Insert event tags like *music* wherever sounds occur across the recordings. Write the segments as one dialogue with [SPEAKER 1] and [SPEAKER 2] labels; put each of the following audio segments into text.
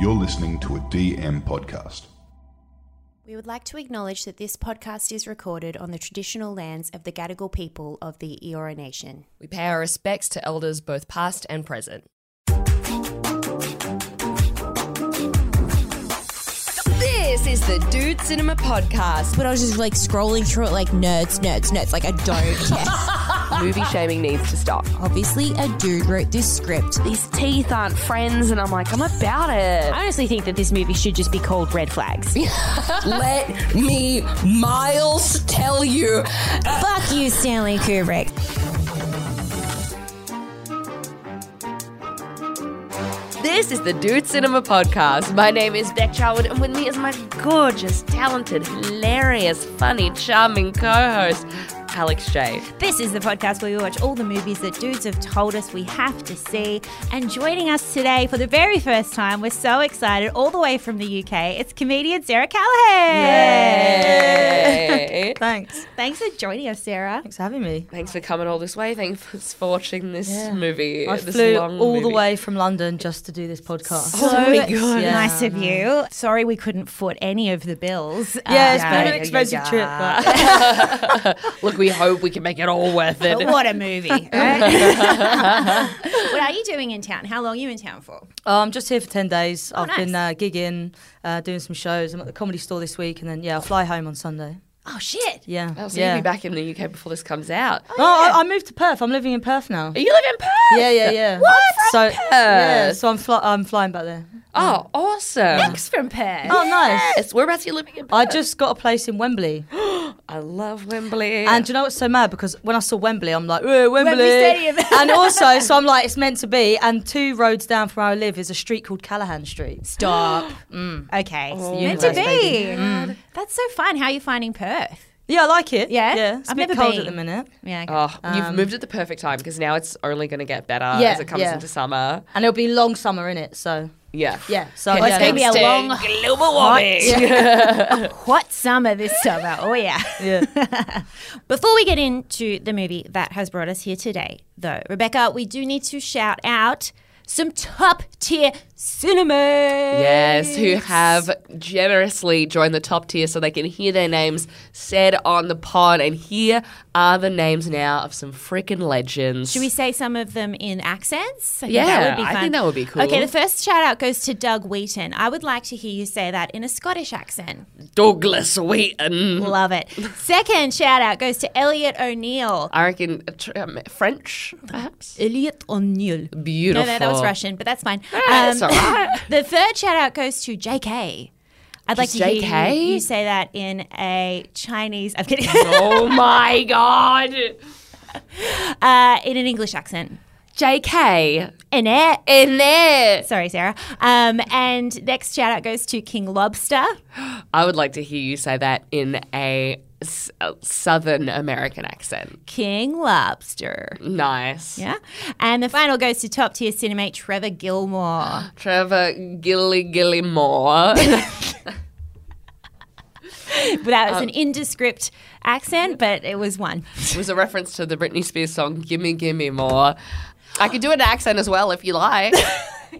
[SPEAKER 1] You're listening to a DM podcast.
[SPEAKER 2] We would like to acknowledge that this podcast is recorded on the traditional lands of the Gadigal people of the Eora Nation.
[SPEAKER 3] We pay our respects to elders both past and present. This is the Dude Cinema Podcast.
[SPEAKER 4] but I was just like scrolling through it, like nerds, nerds, nerds. Like I don't
[SPEAKER 5] *laughs*
[SPEAKER 4] care.
[SPEAKER 6] Movie shaming needs to stop.
[SPEAKER 4] Obviously, a dude wrote this script.
[SPEAKER 6] These teeth aren't friends, and I'm like, I'm about it.
[SPEAKER 5] I honestly think that this movie should just be called Red
[SPEAKER 4] *laughs*
[SPEAKER 5] Flags.
[SPEAKER 7] Let me, Miles, tell you.
[SPEAKER 4] Fuck you, Stanley Kubrick.
[SPEAKER 3] This is the Dude Cinema Podcast. My name is
[SPEAKER 6] Beck Charwood, and with me is my gorgeous, talented, hilarious, funny, charming co-host, Alex J.
[SPEAKER 5] This is the podcast where we watch all the movies that dudes have told us we have to see. And joining us today for the very first time, we're so excited, all the way from the UK, it's comedian Sarah Callahan.
[SPEAKER 6] Hey.
[SPEAKER 7] Thanks.
[SPEAKER 5] Thanks for joining us, Sarah.
[SPEAKER 7] Thanks for having me.
[SPEAKER 6] Thanks for coming all this way. Thanks for watching this movie.
[SPEAKER 7] I
[SPEAKER 6] this
[SPEAKER 7] flew
[SPEAKER 6] long
[SPEAKER 7] all the
[SPEAKER 6] movie. Oh
[SPEAKER 7] way from London just to do this podcast.
[SPEAKER 5] So
[SPEAKER 7] Yeah.
[SPEAKER 5] nice of you. Sorry we couldn't foot any of the bills.
[SPEAKER 7] Yeah,
[SPEAKER 5] Uh,
[SPEAKER 7] it's been an expensive trip, but
[SPEAKER 6] Look, we hope we can make it all worth it.
[SPEAKER 5] But *laughs* what a movie, right? what are you doing in town? How long are you in town for?
[SPEAKER 7] Oh, I'm just here for 10 days. I've been uh,
[SPEAKER 5] nice.
[SPEAKER 7] gigging, uh, doing some shows. I'm at the comedy store this week, and then, yeah, I'll fly home on Sunday.
[SPEAKER 5] Oh, shit.
[SPEAKER 7] Yeah.
[SPEAKER 6] Oh, so
[SPEAKER 7] yeah.
[SPEAKER 6] you'll be back in the UK before this comes out.
[SPEAKER 7] No, I, I moved to Perth. I'm living in Perth now.
[SPEAKER 6] You live in Perth.
[SPEAKER 7] Yeah, yeah, yeah.
[SPEAKER 6] What?
[SPEAKER 7] So, yeah,
[SPEAKER 6] Perth.
[SPEAKER 7] so I'm, fly- I'm flying back there.
[SPEAKER 6] Oh, awesome.
[SPEAKER 5] It's from Perth.
[SPEAKER 7] Oh, nice.
[SPEAKER 6] Yes. Whereabouts are you living in Perth?
[SPEAKER 7] I just got a place in Wembley.
[SPEAKER 6] I love Wembley.
[SPEAKER 7] And do you know what's so mad? Because when I saw Wembley, I'm like, "Eh, Wembley.
[SPEAKER 5] Stadium.
[SPEAKER 7] *laughs*
[SPEAKER 5] *laughs*
[SPEAKER 7] and also, so I'm like, it's meant to be. And two roads down from where I live is a street called Callahan Street.
[SPEAKER 5] Stop. Okay. meant to
[SPEAKER 7] universe,
[SPEAKER 5] be. Mm. That's so fun. How are you finding Perth?
[SPEAKER 7] Yeah, I like it.
[SPEAKER 5] Yeah?
[SPEAKER 7] Yeah. It's
[SPEAKER 5] I've
[SPEAKER 7] a bit
[SPEAKER 5] never
[SPEAKER 7] cold
[SPEAKER 5] been.
[SPEAKER 7] at the minute.
[SPEAKER 5] Yeah. okay.
[SPEAKER 6] Oh, you've moved at the perfect time because now it's only going to get better
[SPEAKER 7] Yeah,
[SPEAKER 6] as it comes
[SPEAKER 7] yeah.
[SPEAKER 6] into summer.
[SPEAKER 7] And it'll be long summer in it. So,
[SPEAKER 6] Yeah.
[SPEAKER 7] yeah. So,
[SPEAKER 6] It's
[SPEAKER 7] yeah.
[SPEAKER 5] gonna be a
[SPEAKER 6] Stay
[SPEAKER 5] long,
[SPEAKER 6] global warming.
[SPEAKER 5] Hot summer this summer. Oh, yeah. *laughs* Before we get into the movie that has brought us here today, though, Rebecca, we do need to shout out some top tier cinema.
[SPEAKER 6] Yes, who have generously joined the top tier so they can hear their names said on the pod. And here are the names now of some freaking legends.
[SPEAKER 5] Should we say some of them in accents? I think
[SPEAKER 6] Yeah,
[SPEAKER 5] that would be
[SPEAKER 6] I
[SPEAKER 5] fun.
[SPEAKER 6] think that would be cool.
[SPEAKER 5] Okay, the first shout out goes to Doug Wheaton. I would like to hear you say that in a Scottish accent.
[SPEAKER 6] Douglas Wheaton. *laughs*
[SPEAKER 5] Love it. Second shout out goes to Elliot O'Neill.
[SPEAKER 6] I reckon uh, tr- um, French, perhaps.
[SPEAKER 5] Elliot O'Neill.
[SPEAKER 6] Beautiful. Ah,
[SPEAKER 5] No, no, that was Russian, but that's fine. Um,
[SPEAKER 6] that's all right.
[SPEAKER 5] *laughs* the third shout out goes to JK. I'd like to hear
[SPEAKER 6] JK?
[SPEAKER 5] you, you say that in a Chinese. I'm kidding. *laughs*
[SPEAKER 6] Oh my god.
[SPEAKER 5] uh, in an English accent.
[SPEAKER 6] JK.
[SPEAKER 5] In it.
[SPEAKER 6] In there.
[SPEAKER 5] Sorry, Sarah. Um, and next shout out goes to King Lobster.
[SPEAKER 6] I would like to hear you say that in a s- a Southern American accent.
[SPEAKER 5] King Lobster.
[SPEAKER 6] Nice.
[SPEAKER 5] Yeah. And the final goes to top tier cinemate
[SPEAKER 6] *gasps*
[SPEAKER 5] Trevor Gilmore.
[SPEAKER 6] Trevor Gilly Gilly Moore. *laughs*
[SPEAKER 5] But that was an indescript accent, but it was one.
[SPEAKER 6] was a reference to the Britney Spears song Gimme Gimme More. I could do an accent as well if you like.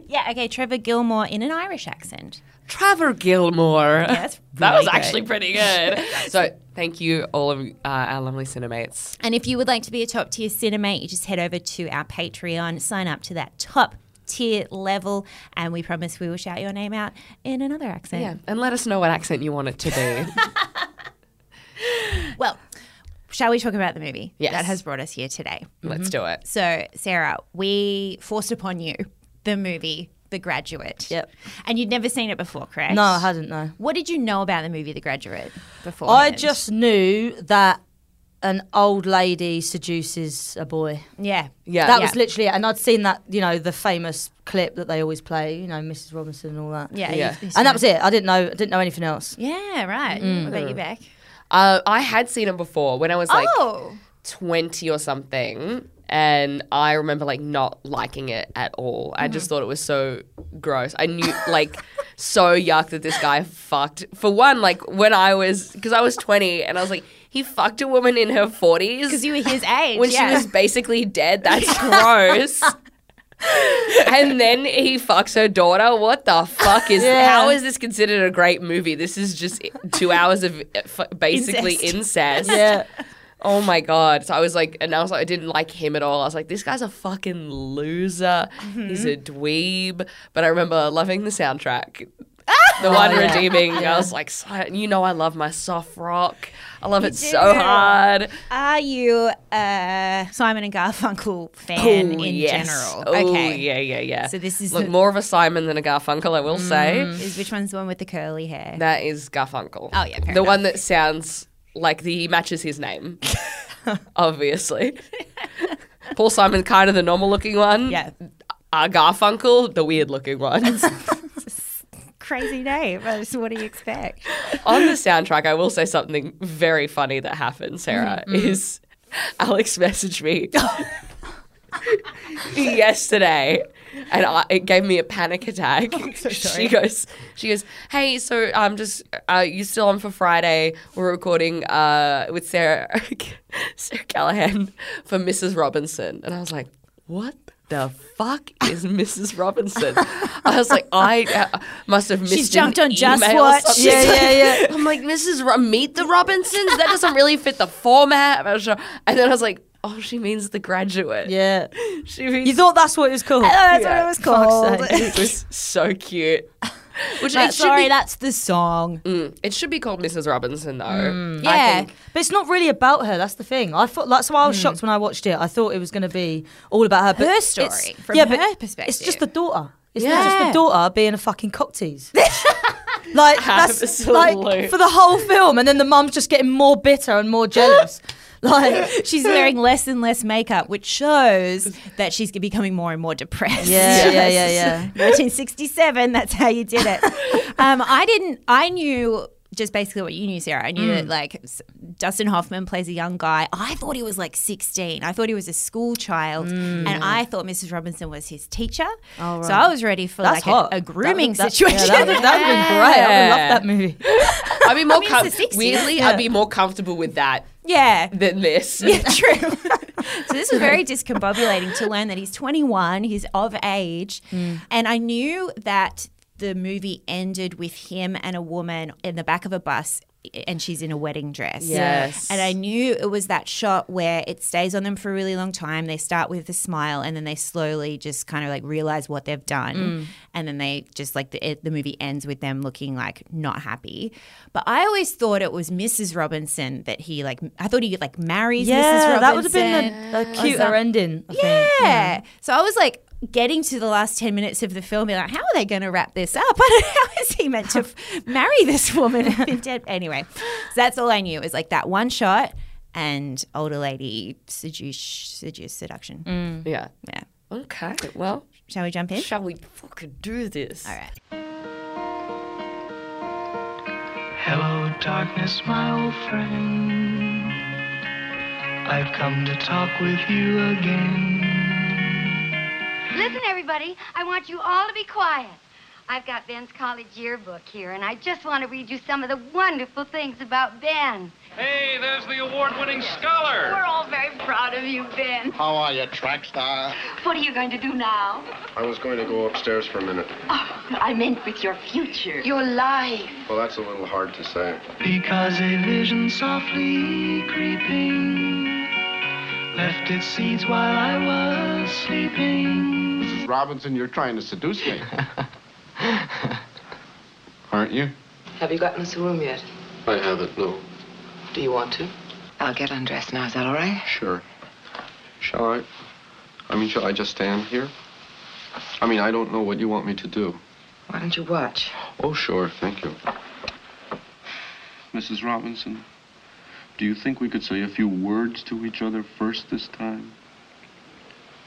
[SPEAKER 5] Yeah, okay, Trevor Gilmore in an Irish accent.
[SPEAKER 6] *laughs* Trevor Gilmore.
[SPEAKER 5] Yes.
[SPEAKER 6] that was actually pretty *laughs* good. so thank you all of uh, our lovely cinemates.
[SPEAKER 5] And if you would like to be a top tier cinemate, you just head over to our Patreon, sign up to that top tier level, and we promise we will shout your name out in another accent.
[SPEAKER 6] Yeah, and let us know what accent you want it to be. *laughs*
[SPEAKER 5] Well, shall we talk about the movie
[SPEAKER 6] Yes.
[SPEAKER 5] that has brought us here today?
[SPEAKER 6] Let's do it.
[SPEAKER 5] So, Sarah, we forced upon you the movie The Graduate.
[SPEAKER 7] Yep.
[SPEAKER 5] And you'd never seen it before, correct?
[SPEAKER 7] No, I hadn't, no.
[SPEAKER 5] What did you know about the movie The Graduate before?
[SPEAKER 7] I just knew that an old lady seduces a boy.
[SPEAKER 5] yeah.
[SPEAKER 6] Yeah.
[SPEAKER 7] That
[SPEAKER 6] yeah.
[SPEAKER 7] was literally it. And I'd seen that, you know, the famous clip that they always play, you know, Mrs. Robinson and all that.
[SPEAKER 5] Yeah.
[SPEAKER 6] Yeah.
[SPEAKER 5] you-
[SPEAKER 7] And that was it. I didn't know. I didn't know anything else.
[SPEAKER 5] Yeah, right.
[SPEAKER 6] Mm.
[SPEAKER 5] What about you, Beck?
[SPEAKER 6] Uh, I had seen it before when I was like
[SPEAKER 5] oh.
[SPEAKER 6] 20 or something and i remember like not liking it at all i just thought it was so gross i knew like so yuck that this guy fucked for one like when i was because i was 20 and i was like he fucked a woman in her 40s
[SPEAKER 5] Because you were his
[SPEAKER 6] *laughs*
[SPEAKER 5] age.
[SPEAKER 6] when
[SPEAKER 5] yeah.
[SPEAKER 6] she was basically dead that's gross and then he fucks her daughter. What the fuck is? How is this considered a great movie? This is just two hours of uh, f- basically incest.
[SPEAKER 7] Yeah.
[SPEAKER 6] Oh my god! So I was like, and I was like, I didn't like him at all. I was like, this guy's a fucking loser. He's a
[SPEAKER 5] Mm-hmm.
[SPEAKER 6] dweeb. But I remember loving the
[SPEAKER 5] *laughs*
[SPEAKER 6] soundtrack. The one redeeming. I was like, so- you know, I love my soft rock. I love it so hard.
[SPEAKER 5] Are you a Simon and Garfunkel fan
[SPEAKER 6] Ooh,
[SPEAKER 5] in
[SPEAKER 6] yes.
[SPEAKER 5] general?
[SPEAKER 6] Ooh,
[SPEAKER 5] okay.
[SPEAKER 6] yeah, yeah, yeah.
[SPEAKER 5] So this is
[SPEAKER 6] look
[SPEAKER 5] the- Mm-hmm.
[SPEAKER 6] more of a Simon than a Garfunkel, I will say.
[SPEAKER 5] Is which one's the one with the curly hair?
[SPEAKER 6] That is Garfunkel.
[SPEAKER 5] Oh, yeah,
[SPEAKER 6] the
[SPEAKER 5] fair
[SPEAKER 6] one that sounds like the, he matches his
[SPEAKER 5] *laughs*
[SPEAKER 6] name, obviously. Paul Simon, kind of the normal looking one.
[SPEAKER 5] Yeah.
[SPEAKER 6] Our Garfunkel, the weird looking one.
[SPEAKER 5] Crazy name. but What do you expect?
[SPEAKER 6] *laughs* on the soundtrack, I will say something very funny that happened, Sarah,
[SPEAKER 5] Mm-hmm,
[SPEAKER 6] is Alex messaged me yesterday and I, it gave me a panic
[SPEAKER 5] *laughs*
[SPEAKER 6] attack.
[SPEAKER 5] Oh,
[SPEAKER 6] she goes, she goes, hey, so I'm just, uh, you still on for Friday? We're recording uh, with Sarah, *laughs* Sarah Callahan for Mrs. Robinson. And I was like, what? The fuck is Mrs. Robinson? I was like, I uh, must have missed. an
[SPEAKER 5] jumped on Just
[SPEAKER 6] email or
[SPEAKER 5] Watch.
[SPEAKER 6] something.
[SPEAKER 7] Yeah,
[SPEAKER 5] *laughs*
[SPEAKER 7] yeah, yeah.
[SPEAKER 6] I'm like, Mrs. Ro- Meet the Robinsons? That doesn't really fit the format. I was sure- And then I was like, oh, she means the
[SPEAKER 5] *laughs*
[SPEAKER 6] graduate.
[SPEAKER 7] Yeah.
[SPEAKER 6] She means *laughs*
[SPEAKER 7] You thought that's what it was called?
[SPEAKER 5] That's what it was called.
[SPEAKER 7] *laughs* Fuck's sake.
[SPEAKER 6] it was so cute. Which
[SPEAKER 5] But
[SPEAKER 6] it, should
[SPEAKER 5] sorry,
[SPEAKER 6] be,
[SPEAKER 5] that's the song.
[SPEAKER 6] Mm, it should be called Mrs. Robinson, though. Mm.
[SPEAKER 5] Yeah.
[SPEAKER 7] But it's not really about her. That's the thing. I thought that's why I was shocked when I watched it. I thought it was going to be all about her. But
[SPEAKER 5] Her
[SPEAKER 7] it's-
[SPEAKER 5] story, from
[SPEAKER 7] but
[SPEAKER 5] her
[SPEAKER 7] It's
[SPEAKER 5] perspective.
[SPEAKER 7] just the daughter. It's
[SPEAKER 6] Yeah.
[SPEAKER 7] just the daughter being a fucking cocktease. *laughs* like that's
[SPEAKER 6] Absolute.
[SPEAKER 7] like for the whole film, and then the mum's just getting more bitter and more jealous. like
[SPEAKER 5] She's wearing less and less makeup, which shows that she's becoming more and more depressed.
[SPEAKER 7] Yeah, yeah, yeah, yeah.
[SPEAKER 5] *laughs* 1967. That's how you did
[SPEAKER 7] *laughs*
[SPEAKER 5] it. um, I didn't. I knew just basically what you knew, Sarah. I knew that
[SPEAKER 7] Mm.
[SPEAKER 5] like s- Dustin Hoffman plays a young guy. I thought he was like 16. I thought he was a school child,
[SPEAKER 7] Mm.
[SPEAKER 5] and I thought Mrs. Robinson was his teacher. So I was ready for
[SPEAKER 7] Oh, that's
[SPEAKER 5] like
[SPEAKER 7] hot.
[SPEAKER 5] a, a
[SPEAKER 7] That
[SPEAKER 5] grooming
[SPEAKER 7] would- that- yeah,
[SPEAKER 5] situation.
[SPEAKER 7] that would that would have been great. I would
[SPEAKER 6] Yeah.
[SPEAKER 7] love that movie.
[SPEAKER 6] I'd be more
[SPEAKER 5] mean,
[SPEAKER 6] com-
[SPEAKER 5] it's the 60s.
[SPEAKER 6] weirdly, I'd be more comfortable with that
[SPEAKER 5] *laughs* yeah.
[SPEAKER 6] than this.
[SPEAKER 5] Yeah, *laughs* true. so this was very discombobulating to learn that he's 21, he's of age, and I knew that the movie ended with him and a woman in the back of a bus and she's in a wedding dress.
[SPEAKER 6] Yes.
[SPEAKER 5] And I knew it was that shot where it stays on them for a really long time. They start with a smile and then they slowly just kind of like realize what they've done. And then they just like the, it, the movie ends with them looking like not happy. But I always thought it was Mrs. Robinson that he like, I thought he like marries Mrs. Robinson.
[SPEAKER 7] that would have been a, a cuter ending. I think.
[SPEAKER 5] Yeah. So I was like getting to the last 10 minutes of the film, being like, how are they going to wrap this up? *laughs* I don't know. How is he meant to f-
[SPEAKER 7] *laughs*
[SPEAKER 5] marry this woman? who's been dead? Anyway, so that's all I knew. It was like that one shot and older lady seduce, seduce seduction.
[SPEAKER 6] *laughs*
[SPEAKER 7] Mm.
[SPEAKER 6] Yeah.
[SPEAKER 5] Yeah.
[SPEAKER 6] Okay. Well,
[SPEAKER 5] Shall we jump in?
[SPEAKER 6] shall we fucking do this?
[SPEAKER 5] all right.
[SPEAKER 8] Hello, darkness, my old friend. I've come to talk with you again.
[SPEAKER 9] Listen, everybody, I want you all to be quiet. I've got Ben's college yearbook here, and I just want to read you some of the wonderful things about Ben.
[SPEAKER 10] Hey, there's the award-winning scholar.
[SPEAKER 9] We're all very proud of you, Ben.
[SPEAKER 11] How are you, track star?
[SPEAKER 9] What are you going to do now?
[SPEAKER 11] I was going to go upstairs for a minute.
[SPEAKER 9] Oh, I meant with your future. Your life.
[SPEAKER 11] Well, that's a little hard to say.
[SPEAKER 8] Because a vision softly creeping left its seeds while I was sleeping.
[SPEAKER 11] Robinson, you're trying to seduce *laughs* me. Aren't you?
[SPEAKER 12] Have you gotten us a room yet?
[SPEAKER 11] I haven't, no.
[SPEAKER 12] Do you want to? I'll get undressed now. Is that all right?
[SPEAKER 11] Sure. Shall I? I mean, shall I just stand here? I mean, I don't know what you want me to do.
[SPEAKER 12] Why don't you watch?
[SPEAKER 11] Oh, sure, thank you. Mrs. Robinson, do you think we could say a few words to each other first this time?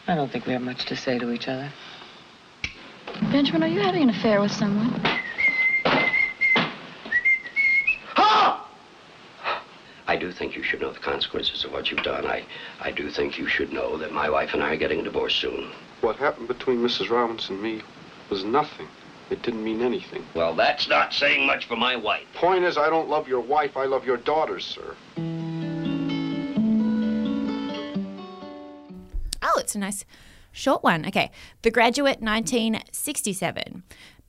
[SPEAKER 12] I don't think we have much to say to each other.
[SPEAKER 9] Benjamin, are you having an affair with someone?
[SPEAKER 8] I do think you should know the consequences of what you've done. I, I do think you should know that my wife and I are getting a divorce soon.
[SPEAKER 11] What happened between Mrs. Robinson and me was nothing. It didn't mean anything.
[SPEAKER 8] Well, that's not saying much for my wife.
[SPEAKER 11] Point is, I don't love your wife. I love your daughters, sir.
[SPEAKER 5] Oh, it's a nice
[SPEAKER 2] Short one. Okay. The Graduate 1967.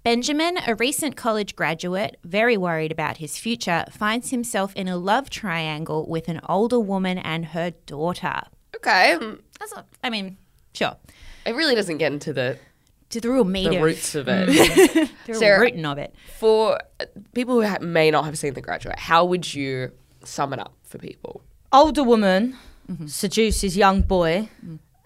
[SPEAKER 2] Benjamin, a recent college graduate, very worried about his future, finds himself in a love triangle with an older woman and her daughter.
[SPEAKER 6] Okay.
[SPEAKER 2] That's not, I mean, sure.
[SPEAKER 6] It really doesn't get into the
[SPEAKER 2] to the real meat
[SPEAKER 6] the
[SPEAKER 2] of
[SPEAKER 6] roots of *laughs* it.
[SPEAKER 2] the
[SPEAKER 6] Sarah-
[SPEAKER 2] rooting of it.
[SPEAKER 6] for uh, people who ha- may not have seen The Graduate, how would you sum it up for people?
[SPEAKER 7] Older woman seduces young boy,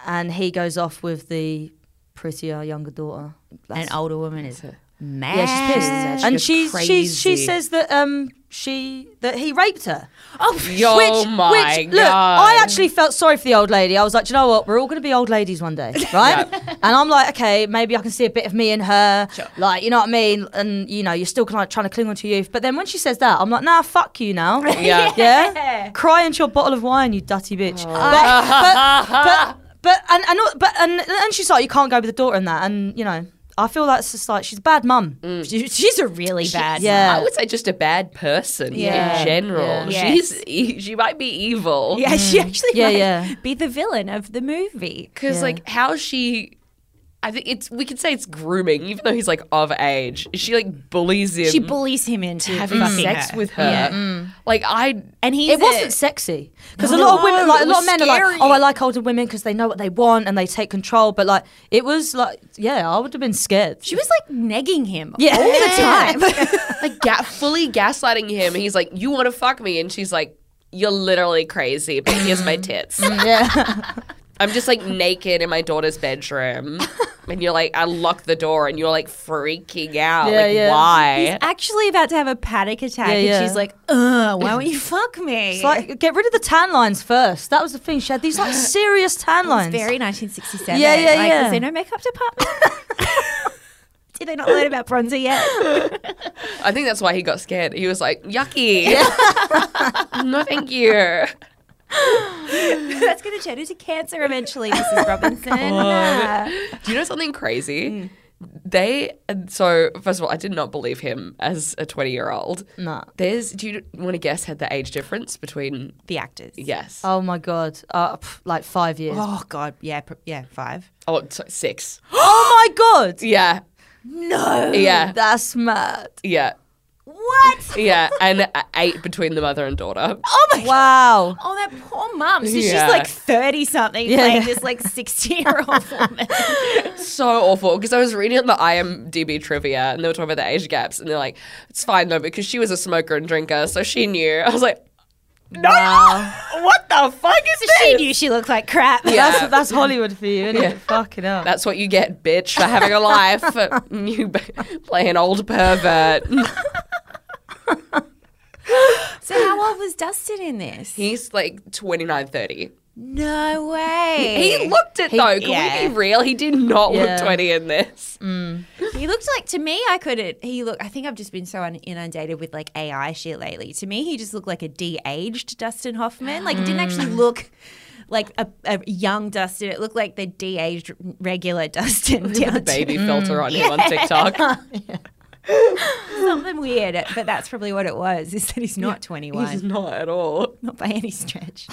[SPEAKER 7] and he goes off with the prettier younger daughter.
[SPEAKER 2] An older woman is mad.
[SPEAKER 7] Yeah, she's pissed,
[SPEAKER 2] she
[SPEAKER 7] and
[SPEAKER 2] goes
[SPEAKER 7] she's, she's she
[SPEAKER 2] crazy.
[SPEAKER 7] says that um she that he raped her.
[SPEAKER 2] Oh,
[SPEAKER 6] Yo, my
[SPEAKER 7] which, Look,
[SPEAKER 6] God.
[SPEAKER 7] I actually felt sorry for the old lady. I was like, "Do you know what? We're all going to be old ladies one day, right? and I'm like, okay, maybe I can see a bit of me in her, like you know what I mean. And you know, you're still kind of trying to cling on to your youth. But then when she says that, I'm like, nah, fuck you now.
[SPEAKER 6] Yeah.
[SPEAKER 7] yeah. Cry into your bottle of wine, you dutty bitch. But, but, but, but and and all- but and and she's like, you can't go with the daughter in that, and you know. I feel that's just like she's a bad mum.
[SPEAKER 5] Mm.
[SPEAKER 2] She- she's a really bad.
[SPEAKER 7] Yeah.
[SPEAKER 6] I would say just a bad person
[SPEAKER 7] Uh, Yeah.
[SPEAKER 6] in general.
[SPEAKER 2] Yeah.
[SPEAKER 6] She's e- she might be evil. *laughs*
[SPEAKER 2] Yeah,
[SPEAKER 5] *laughs*
[SPEAKER 2] she actually
[SPEAKER 7] Mm. Yeah,
[SPEAKER 2] might
[SPEAKER 7] yeah.
[SPEAKER 2] be the villain of the movie.
[SPEAKER 6] Because like how she I think it's we could say it's grooming, even though he's like of age. She like bullies him
[SPEAKER 2] She bullies him into
[SPEAKER 6] having
[SPEAKER 2] fucking
[SPEAKER 6] sex
[SPEAKER 2] her.
[SPEAKER 6] with her. Like I
[SPEAKER 2] and he's
[SPEAKER 7] it
[SPEAKER 2] a-
[SPEAKER 7] wasn't sexy because a lot of women,
[SPEAKER 6] No,
[SPEAKER 7] like a
[SPEAKER 6] it was
[SPEAKER 7] lot of men, are
[SPEAKER 6] scary.
[SPEAKER 7] like, "Oh, I like older women because they know what they want and they take control." But like, it was like, yeah, I would have been scared.
[SPEAKER 2] She was like negging him
[SPEAKER 7] *laughs* Yeah.
[SPEAKER 2] all the time.
[SPEAKER 6] like ga- fully gaslighting him. He's like, "You want to fuck me?" And she's like, "You're literally crazy." But here's my tits.
[SPEAKER 7] yeah,
[SPEAKER 6] I'm just like naked in my daughter's
[SPEAKER 7] *laughs*
[SPEAKER 6] bedroom, and you're like, I lock the door, and you're like freaking out.
[SPEAKER 7] Yeah,
[SPEAKER 6] like,
[SPEAKER 7] yeah.
[SPEAKER 6] why?
[SPEAKER 2] Actually, about to have a panic attack,
[SPEAKER 7] Yeah, yeah.
[SPEAKER 2] and she's like, "Ugh, why
[SPEAKER 7] *laughs*
[SPEAKER 2] won't you fuck me?"
[SPEAKER 7] it's like get rid of the tan lines first. That was the thing. She had these like serious tan lines.
[SPEAKER 2] very 1967.
[SPEAKER 7] Yeah, yeah,
[SPEAKER 2] like,
[SPEAKER 7] yeah.
[SPEAKER 2] Was there no makeup
[SPEAKER 7] *laughs*
[SPEAKER 2] department? Did they not learn about bronzer yet?
[SPEAKER 6] I think that's why he got scared. He was like, yucky. *laughs* no, thank you.
[SPEAKER 2] That's going to turn into cancer eventually, Mrs.
[SPEAKER 7] *laughs*
[SPEAKER 2] Robinson. Nah.
[SPEAKER 6] Do you know something crazy?
[SPEAKER 7] Hmm.
[SPEAKER 6] They so first of all, I did not believe him as a twenty-year-old.
[SPEAKER 7] Nah.
[SPEAKER 6] There's. Do you want to guess had the age difference between?
[SPEAKER 2] The actors.
[SPEAKER 6] Yes.
[SPEAKER 7] Oh my god, uh, pff, like five years. Oh,
[SPEAKER 2] Oh God, yeah, pr- yeah,
[SPEAKER 7] *gasps*
[SPEAKER 2] five.
[SPEAKER 6] Oh, so- six.
[SPEAKER 7] Oh my god,
[SPEAKER 6] Yeah.
[SPEAKER 7] *gasps*
[SPEAKER 6] No. Yeah.
[SPEAKER 7] that's mad.
[SPEAKER 6] Yeah.
[SPEAKER 2] What?
[SPEAKER 6] Yeah. And uh, eight between the mother and daughter.
[SPEAKER 2] Oh my!
[SPEAKER 7] *laughs* Wow.
[SPEAKER 2] Oh, that poor mum. So she's
[SPEAKER 6] Yeah.
[SPEAKER 2] like thirty something,
[SPEAKER 7] Yeah,
[SPEAKER 2] playing
[SPEAKER 7] yeah.
[SPEAKER 2] this like
[SPEAKER 7] *laughs*
[SPEAKER 2] sixty-year-old woman.
[SPEAKER 6] so awful because I was reading on the IMDb trivia and they were talking about the age gaps and they're like, it's fine though because she was a smoker and drinker, so she knew. I was like, no, what the fuck is this?
[SPEAKER 2] she knew she looked like crap.
[SPEAKER 7] That's that's Hollywood for you, isn't it? Fucking hell.
[SPEAKER 6] That's what you get, bitch, for having a life. And *laughs* you b- play an old pervert. *laughs*
[SPEAKER 2] So how old was Dustin in this?
[SPEAKER 6] He's like 29, 30.
[SPEAKER 2] no way.
[SPEAKER 6] He looked it though. Can
[SPEAKER 2] yeah. Mm.
[SPEAKER 6] we be real? He did not
[SPEAKER 7] Yeah.
[SPEAKER 6] look 20 in this.
[SPEAKER 2] He looked like to me. I couldn't. He look. I think I've just been so un- inundated with like AI shit lately. To me, he just looked like a de-aged Dustin Hoffman. Like it didn't actually
[SPEAKER 6] Mm.
[SPEAKER 2] look like a, a young Dustin. It looked like the de-aged regular *laughs* Dustin. down to-
[SPEAKER 6] Baby filter on him on
[SPEAKER 2] *laughs*
[SPEAKER 6] TikTok. *laughs*
[SPEAKER 2] something weird. But that's probably what it was. Is that he's not twenty one.
[SPEAKER 6] He's not at all.
[SPEAKER 2] not by any stretch.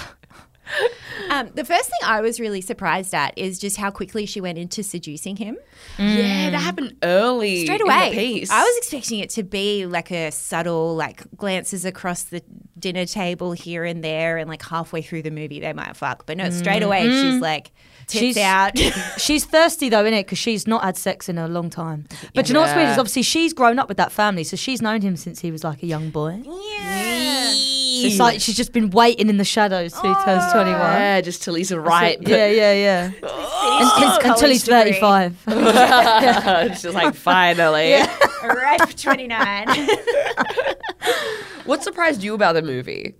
[SPEAKER 2] um, the first thing I was really surprised at is just how quickly she went into seducing him Mm.
[SPEAKER 6] Yeah, that happened early.
[SPEAKER 2] straight
[SPEAKER 6] in the
[SPEAKER 2] away.
[SPEAKER 6] piece.
[SPEAKER 2] I was expecting it to be like a subtle, like glances across the dinner table here and there, and like halfway through the movie they might fuck, but no,
[SPEAKER 6] Mm.
[SPEAKER 2] straight away she's like tits
[SPEAKER 6] *laughs*
[SPEAKER 7] She's-
[SPEAKER 2] out. *laughs*
[SPEAKER 7] She's thirsty though, innit? Because she's not had sex in a long time. But do you know what's weird is obviously she's grown up with that family, so she's known him since he was like a young boy. So it's like she's just been waiting in the shadows till he turns
[SPEAKER 2] Oh.
[SPEAKER 7] twenty-one.
[SPEAKER 6] Yeah, just till he's a ripe.
[SPEAKER 7] Yeah,
[SPEAKER 2] *laughs*
[SPEAKER 7] yeah, yeah.
[SPEAKER 2] His
[SPEAKER 7] Until, until
[SPEAKER 2] college
[SPEAKER 7] he's
[SPEAKER 2] degree.
[SPEAKER 7] thirty-five.
[SPEAKER 6] *laughs* She's like, finally.
[SPEAKER 2] right
[SPEAKER 6] *laughs*
[SPEAKER 2] for twenty nine.
[SPEAKER 6] What surprised you about the movie?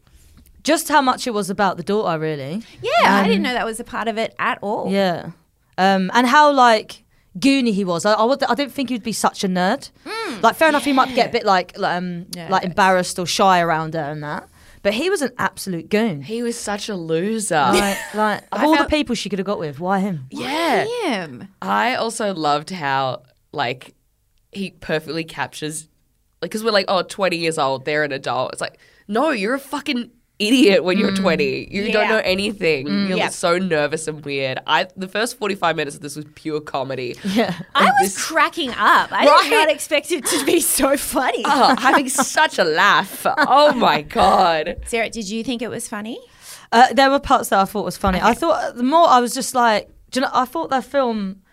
[SPEAKER 7] just how much it was about the daughter, really.
[SPEAKER 2] yeah, I
[SPEAKER 6] Um,
[SPEAKER 2] didn't know that was a part of it at all.
[SPEAKER 7] Yeah. Um, and how like goony he was. I, I, would- I didn't think he'd be such a nerd.
[SPEAKER 2] Hmm.
[SPEAKER 7] like fair enough, he might get a bit like like, um, like embarrassed or shy around her and that. But he was an absolute goon.
[SPEAKER 6] He was such a loser. *laughs*
[SPEAKER 7] Like, like of all the people she could have got with, why him?
[SPEAKER 6] yeah.
[SPEAKER 2] Him.
[SPEAKER 6] I also loved how, like, he perfectly captures, like, because we're like, oh, 20 years old, they're an adult. It's like, no, you're a fucking idiot when you're 20. You don't
[SPEAKER 2] Yeah.
[SPEAKER 6] know anything.
[SPEAKER 2] Mm.
[SPEAKER 6] You're
[SPEAKER 2] Yeah.
[SPEAKER 6] so nervous and weird. I the first 45 minutes of this was pure comedy. Yeah.
[SPEAKER 2] I was cracking up. I
[SPEAKER 6] Right?
[SPEAKER 2] did not expect it to be so funny.
[SPEAKER 6] *laughs* Oh, having such a laugh. Oh my *laughs* god.
[SPEAKER 2] Sarah, did you think it was funny?
[SPEAKER 7] Uh, there were parts that I thought was funny. I thought uh, the more I was just like, do you know, I thought that film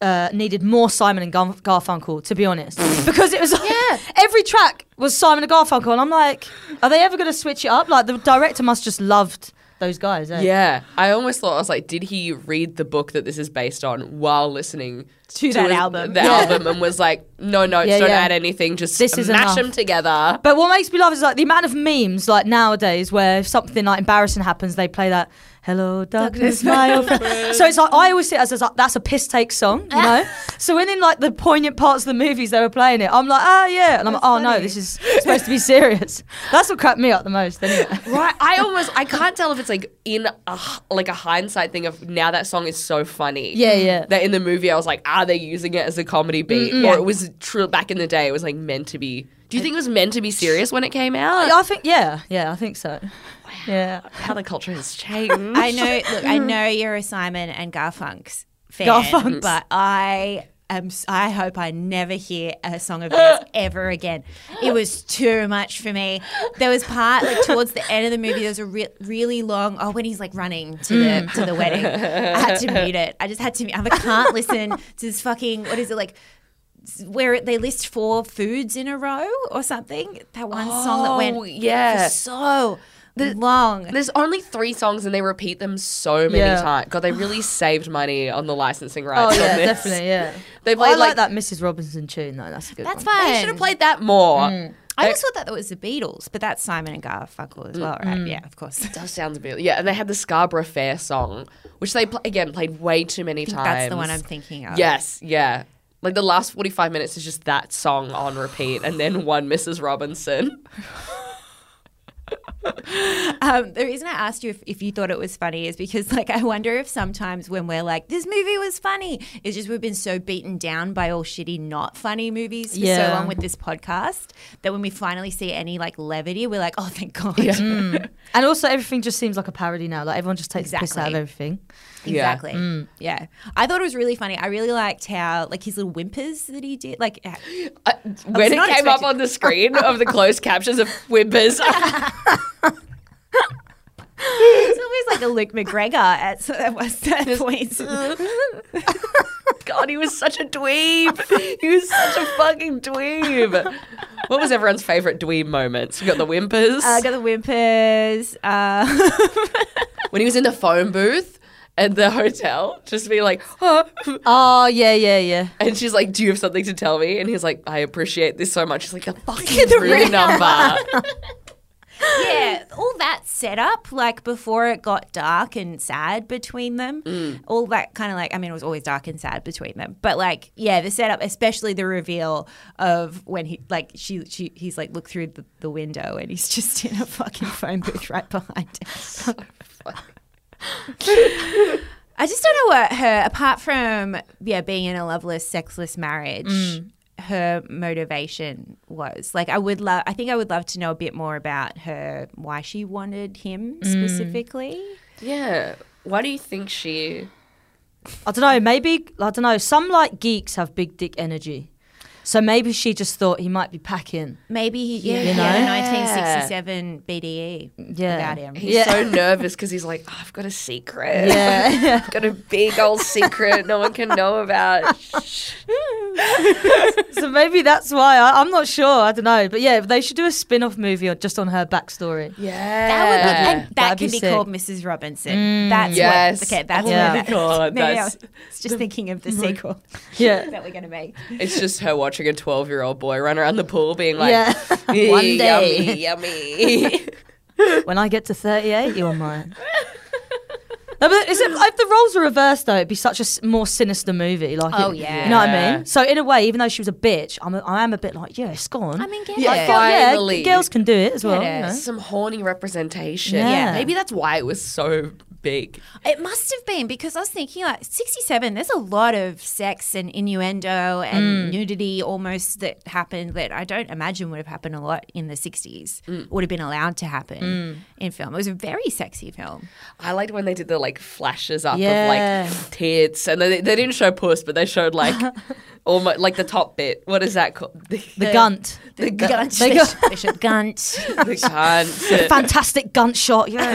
[SPEAKER 7] uh, needed more Simon and Gar- Garfunkel, to be honest, because it was like every track was Simon and Garfunkel, and I'm like, are they ever going to switch it up? Like the director must just loved those guys. Eh?
[SPEAKER 6] Yeah, I almost thought I was like, did he read the book that this is based on while listening
[SPEAKER 7] To that album.
[SPEAKER 6] the
[SPEAKER 7] Yeah.
[SPEAKER 6] album, and was like, no notes,
[SPEAKER 7] Yeah,
[SPEAKER 6] don't
[SPEAKER 7] yeah.
[SPEAKER 6] add anything, just
[SPEAKER 7] This is
[SPEAKER 6] mash
[SPEAKER 7] enough.
[SPEAKER 6] them together.
[SPEAKER 7] But what makes me laugh is like the amount of memes like nowadays where if something like embarrassing happens, they play that "Hello Darkness, my old friend." So it's like I always see it as, as like, that's a piss take song,
[SPEAKER 2] *laughs*
[SPEAKER 7] you know. so when in like the poignant parts of the movies they were playing it, I'm like, ah yeah, and I'm like, oh no, this is supposed to be serious. That's what cracked me up the most. Anyway.
[SPEAKER 6] Right, I almost *laughs* I can't tell if it's like in a, h- like a hindsight thing of now that song is so funny.
[SPEAKER 7] Yeah, yeah.
[SPEAKER 6] That in the movie I was like, are they using it as a comedy beat,
[SPEAKER 7] Mm-mm.
[SPEAKER 6] or
[SPEAKER 7] Yeah.
[SPEAKER 6] it was true back in the day? It was like meant to be. Do you think it was meant to be serious when it came out?
[SPEAKER 7] I think yeah, yeah, I think so. Yeah,
[SPEAKER 2] *laughs*
[SPEAKER 6] how the culture has changed.
[SPEAKER 2] I know. Look, I know you're a Simon and Garfunks fan,
[SPEAKER 7] Garfunks.
[SPEAKER 2] but I am. s- I hope I never hear a song of theirs ever again. It was too much for me. There was part like towards the end of the movie. There was a re- really long. Oh, when he's like running to the to the wedding, I had to mute it. I just had to. mute- I can't listen to this fucking. What is it like? s- Where they list four foods in a row or something. That one song that went
[SPEAKER 6] Oh, *laughs* yeah.
[SPEAKER 2] for so long.
[SPEAKER 6] There's only three songs and they repeat them so many
[SPEAKER 7] Yeah.
[SPEAKER 6] times. God, they really saved money on the licensing rights.
[SPEAKER 7] oh yeah,
[SPEAKER 6] on this.
[SPEAKER 7] definitely yeah.
[SPEAKER 6] They
[SPEAKER 7] Well, I
[SPEAKER 6] played like,
[SPEAKER 7] like, that Mrs. Robinson tune though. That's a good
[SPEAKER 2] That's
[SPEAKER 7] one.
[SPEAKER 2] fine.
[SPEAKER 6] They should have played that more.
[SPEAKER 2] I just thought that that was the Beatles, but that's Simon and Garfunkel as well, right? Yeah, of course.
[SPEAKER 6] That sounds a bit yeah. And they had the Scarborough Fair song, which they pl- again played way too many times.
[SPEAKER 2] That's the one I'm thinking of.
[SPEAKER 6] Yes, yeah. Like the last 45 minutes is just that song on repeat, and then one Mrs. Robinson.
[SPEAKER 2] Um, the reason I asked you if, if you thought it was funny is because, *laughs* like, I wonder if sometimes when we're like, this movie was funny, it's just we've been so beaten down by all *laughs* shitty, not funny movies for so
[SPEAKER 7] Yeah.
[SPEAKER 2] long with this podcast that when we finally see any, like, levity, we're like, oh, thank God. *laughs*
[SPEAKER 6] Mm.
[SPEAKER 7] And also everything just seems like a parody now. Like everyone just takes the piss out of
[SPEAKER 2] Exactly.
[SPEAKER 7] everything.
[SPEAKER 6] Yeah.
[SPEAKER 2] Exactly. Yeah. I thought it was really funny. I really liked how, like, his little whimpers that he did. Like, *laughs*
[SPEAKER 6] Uh, when it came
[SPEAKER 2] not
[SPEAKER 6] up
[SPEAKER 2] expecting-
[SPEAKER 6] on the screen of the closed captions of whimpers,
[SPEAKER 2] it's almost like a Luke McGregor at, *laughs* that point.
[SPEAKER 6] God, he was such a dweeb. He was such a fucking dweeb. What was everyone's favorite dweeb moments? We got the whimpers
[SPEAKER 2] Uh, got the whimpers. Uh, *laughs*
[SPEAKER 6] when he was in the phone booth at the hotel, just be like, "Huh?"
[SPEAKER 7] Oh yeah, yeah, yeah.
[SPEAKER 6] and she's like, "Do you have something to tell me?" And he's like, "I appreciate this so much." She's like, "The fucking room number."
[SPEAKER 2] yeah, all that setup, like before it got dark and sad between them, all that kind of like, I mean, it was always dark and sad between them, but like, yeah, the setup, especially the reveal of when he, like, she, she he's like, look through the, the window and he's *laughs* just in a fucking phone booth right behind him. I just don't know what her, apart from, yeah, being in a loveless, sexless marriage. Her motivation was like I would love. I think I would love to know a bit more about her, why she wanted him specifically.
[SPEAKER 6] yeah. Why do you think she?
[SPEAKER 7] I don't know. Maybe I don't know. Some like geeks have big dick energy, so maybe she just thought he might be packing.
[SPEAKER 2] Maybe he, yeah,
[SPEAKER 6] You
[SPEAKER 2] he had a
[SPEAKER 6] know?
[SPEAKER 2] 1967 BDE
[SPEAKER 7] Yeah.
[SPEAKER 2] E about him.
[SPEAKER 6] He's so nervous because he's like, "Oh, "I've got a secret.
[SPEAKER 7] Yeah.
[SPEAKER 6] I've got a big old secret no one can know about."
[SPEAKER 7] so maybe that's why. I, I'm not sure. I don't know. But yeah, they should do a spin-off movie or just on her backstory.
[SPEAKER 6] Yeah,
[SPEAKER 2] That would be, and that
[SPEAKER 7] That'd
[SPEAKER 2] could
[SPEAKER 7] be
[SPEAKER 2] be,
[SPEAKER 7] sick.
[SPEAKER 2] called Mrs. Robinson. That's
[SPEAKER 6] Yes.
[SPEAKER 2] what. Okay, that's
[SPEAKER 6] Oh
[SPEAKER 7] my
[SPEAKER 2] what- *laughs*
[SPEAKER 6] God,
[SPEAKER 2] Maybe I
[SPEAKER 6] that's-
[SPEAKER 2] was just thinking of the sequel *laughs*
[SPEAKER 7] Yeah.
[SPEAKER 2] that we're going to make.
[SPEAKER 6] It's just her watching a 12 year old boy run around the pool being like, *laughs*
[SPEAKER 7] Yeah.
[SPEAKER 6] "Eh,
[SPEAKER 7] One day." *laughs*
[SPEAKER 6] Yummy, yummy.
[SPEAKER 7] when I get to 38, you're mine. No, but is it, if the roles were reversed, though, it'd be such a s- more sinister movie. Like,
[SPEAKER 2] Oh,
[SPEAKER 7] it-
[SPEAKER 2] yeah.
[SPEAKER 7] you know what I
[SPEAKER 6] Yeah.
[SPEAKER 7] mean. So in a way, even though she was a bitch, I'm a, I am a bit like, yeah, it's gone.
[SPEAKER 2] I mean, get
[SPEAKER 6] Yeah.
[SPEAKER 2] it.
[SPEAKER 6] Fuck
[SPEAKER 7] yeah,
[SPEAKER 6] Finally.
[SPEAKER 7] g- girls can do it as well.
[SPEAKER 2] it.
[SPEAKER 7] you know.
[SPEAKER 6] Some horny representation.
[SPEAKER 7] Yeah.
[SPEAKER 6] Maybe that's why it was so big.
[SPEAKER 2] It must have been because I was thinking like 67, there's a lot of sex and innuendo and
[SPEAKER 6] Mm.
[SPEAKER 2] nudity almost that happened that I don't imagine would have happened a lot in the 60s, would have been allowed to happen
[SPEAKER 6] Mm.
[SPEAKER 2] in film. It was a very sexy film.
[SPEAKER 6] I liked when they did the like flashes up
[SPEAKER 2] Yeah.
[SPEAKER 6] of like tits, and they, they didn't show puss, but they showed like
[SPEAKER 7] *laughs*
[SPEAKER 6] almost like the top bit. What is that called? *laughs* The,
[SPEAKER 7] gunt.
[SPEAKER 6] The,
[SPEAKER 7] The gunt.
[SPEAKER 6] gunt.
[SPEAKER 7] They
[SPEAKER 6] The
[SPEAKER 7] should-
[SPEAKER 2] *laughs* gunt.
[SPEAKER 7] The *laughs* fantastic gun shot.
[SPEAKER 2] *laughs*
[SPEAKER 7] Yeah.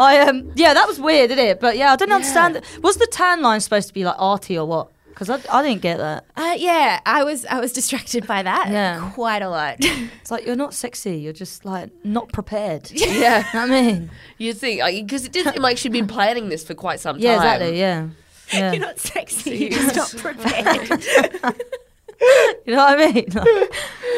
[SPEAKER 7] I um yeah, that was weird, didn't it? But yeah, I didn't understand. Was the tan line supposed to be like arty or what? Because I, I didn't get that.
[SPEAKER 2] Uh, yeah, I was *laughs* I was distracted by that quite a
[SPEAKER 7] *laughs*
[SPEAKER 2] lot.
[SPEAKER 7] It's like you're not sexy. You're just like not prepared.
[SPEAKER 2] *laughs*
[SPEAKER 6] Yeah,
[SPEAKER 7] I mean,
[SPEAKER 6] you think because it did seem like she'd been planning this for quite some time.
[SPEAKER 7] yeah, exactly. Yeah, yeah.
[SPEAKER 2] You're not
[SPEAKER 7] *laughs*
[SPEAKER 2] sexy. You're just not prepared.
[SPEAKER 7] You know what I mean? *laughs*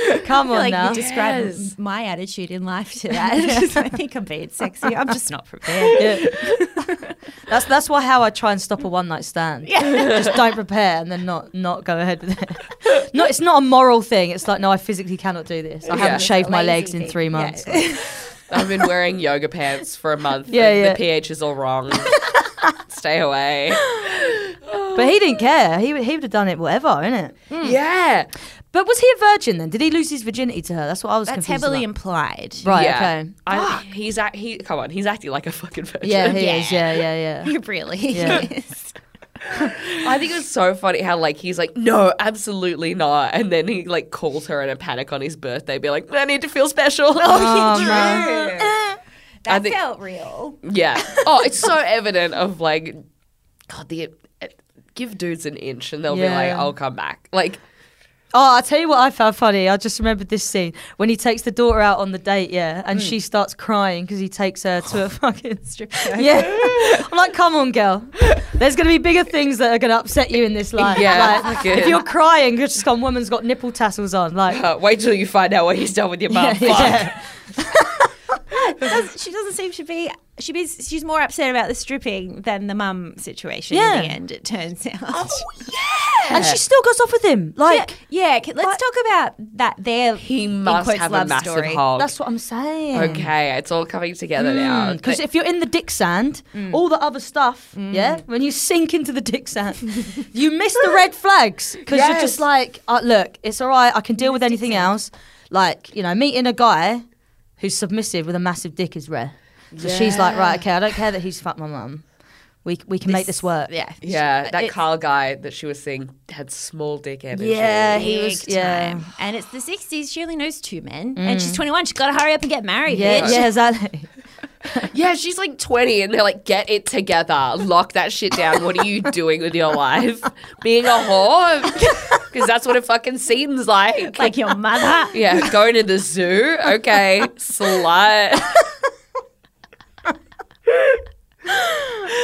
[SPEAKER 7] Like, come
[SPEAKER 2] *laughs* I feel
[SPEAKER 7] on
[SPEAKER 2] like
[SPEAKER 7] now.
[SPEAKER 2] You describe
[SPEAKER 7] Yes.
[SPEAKER 2] my attitude in life to that. *laughs* I think I'm being sexy. I'm just *laughs* not prepared.
[SPEAKER 7] Yeah. *laughs* That's that's why how I try and stop a one night stand.
[SPEAKER 2] Yeah.
[SPEAKER 7] Just don't prepare and then not not go ahead with it. No, it's not a moral thing. It's like no, I physically cannot do this. I
[SPEAKER 6] Yeah.
[SPEAKER 7] haven't shaved my
[SPEAKER 6] Lazy
[SPEAKER 7] legs in
[SPEAKER 6] thing.
[SPEAKER 7] three
[SPEAKER 6] Yeah.
[SPEAKER 7] months.
[SPEAKER 6] I've been wearing yoga pants for a month.
[SPEAKER 7] Yeah,
[SPEAKER 6] and
[SPEAKER 7] yeah.
[SPEAKER 6] The pH is all
[SPEAKER 7] *laughs*
[SPEAKER 6] wrong. Stay away.
[SPEAKER 7] But he didn't care. He would- he would have done it whatever, innit?
[SPEAKER 6] Yeah.
[SPEAKER 7] But was he a virgin then? Did he lose his virginity to her? That's what I was.
[SPEAKER 2] That's
[SPEAKER 7] confused
[SPEAKER 2] heavily
[SPEAKER 7] about.
[SPEAKER 2] implied.
[SPEAKER 7] Right.
[SPEAKER 6] Yeah.
[SPEAKER 7] Oh, Okay.
[SPEAKER 6] I, he's act, he come on. He's acting like a fucking virgin.
[SPEAKER 7] Yeah, he is. Yeah, yeah,
[SPEAKER 5] *laughs*
[SPEAKER 7] yeah.
[SPEAKER 2] He *laughs* really
[SPEAKER 7] Yeah.
[SPEAKER 2] is.
[SPEAKER 6] I think it was so funny how like he's like, no, absolutely not, and then he like calls her in a panic on his birthday, be like, I need to feel special. Oh, *laughs*
[SPEAKER 2] Oh, you
[SPEAKER 6] man. I
[SPEAKER 2] *laughs* That
[SPEAKER 6] think-
[SPEAKER 2] felt real. *laughs*
[SPEAKER 6] Yeah. Oh, it's so evident of like, God, the uh, give dudes an inch and they'll be like,
[SPEAKER 7] Yeah.
[SPEAKER 6] I'll come back. Like,
[SPEAKER 7] Oh, I'll tell you what I found funny. I just remembered this scene when he takes the daughter out on the date, yeah, and she
[SPEAKER 6] Hmm.
[SPEAKER 7] starts crying because he takes her
[SPEAKER 6] *sighs*
[SPEAKER 7] to a fucking strip show. Yeah. I'm like, come on, girl. There's going to be bigger things that are going to upset you in this life.
[SPEAKER 6] Yeah,
[SPEAKER 7] Like,
[SPEAKER 6] fucking-
[SPEAKER 7] if you're crying, you're just gone, woman's got nipple tassels
[SPEAKER 6] *laughs*
[SPEAKER 7] on. Like,
[SPEAKER 6] uh, wait till you find out what he's done with your mum.
[SPEAKER 7] *laughs* Yeah,
[SPEAKER 6] Fuck.
[SPEAKER 7] yeah.
[SPEAKER 2] Doesn't- she doesn't seem to be. She be, she's more upset about the stripping than the mum situation
[SPEAKER 7] Yeah.
[SPEAKER 2] in the end, it turns *laughs* out.
[SPEAKER 7] and she still goes off with him. Like,
[SPEAKER 2] yeah, c- let's talk about that there.
[SPEAKER 6] *laughs* He must have a massive hog. Mm.
[SPEAKER 7] that's what I'm saying.
[SPEAKER 6] okay, it's all coming together now.
[SPEAKER 7] Because Mm, if you're in the dick sand, all the other stuff, yeah, when you sink into the dick sand, you miss the red flags because you're
[SPEAKER 6] Yes.
[SPEAKER 7] just like, uh, look, it's all right, I can deal with anything else. Like, you know, meeting a guy who's submissive with a massive dick is rare. So she's like, right, okay, I don't care that he's fucked my mum. We, we can make this work.
[SPEAKER 2] Yeah.
[SPEAKER 6] yeah, that
[SPEAKER 2] It's-
[SPEAKER 6] Carl guy that she was seeing had small dick energy.
[SPEAKER 7] Yeah, Uh, he
[SPEAKER 2] Big
[SPEAKER 7] was. Yeah.
[SPEAKER 2] time. And it's the 60s. She only knows two men. And she's 21. She's got to hurry up and get married,
[SPEAKER 7] Mm. Yeah,
[SPEAKER 2] bitch.
[SPEAKER 7] yeah, exactly.
[SPEAKER 6] Yeah, she's like 20 and they're like, get it together. Lock that shit down. What are you doing with your life? Being a whore? *laughs* Because that's what it fucking seems like.
[SPEAKER 2] Like
[SPEAKER 6] *laughs*
[SPEAKER 2] your mother.
[SPEAKER 6] Yeah, going to the zoo? *laughs* Okay, slut.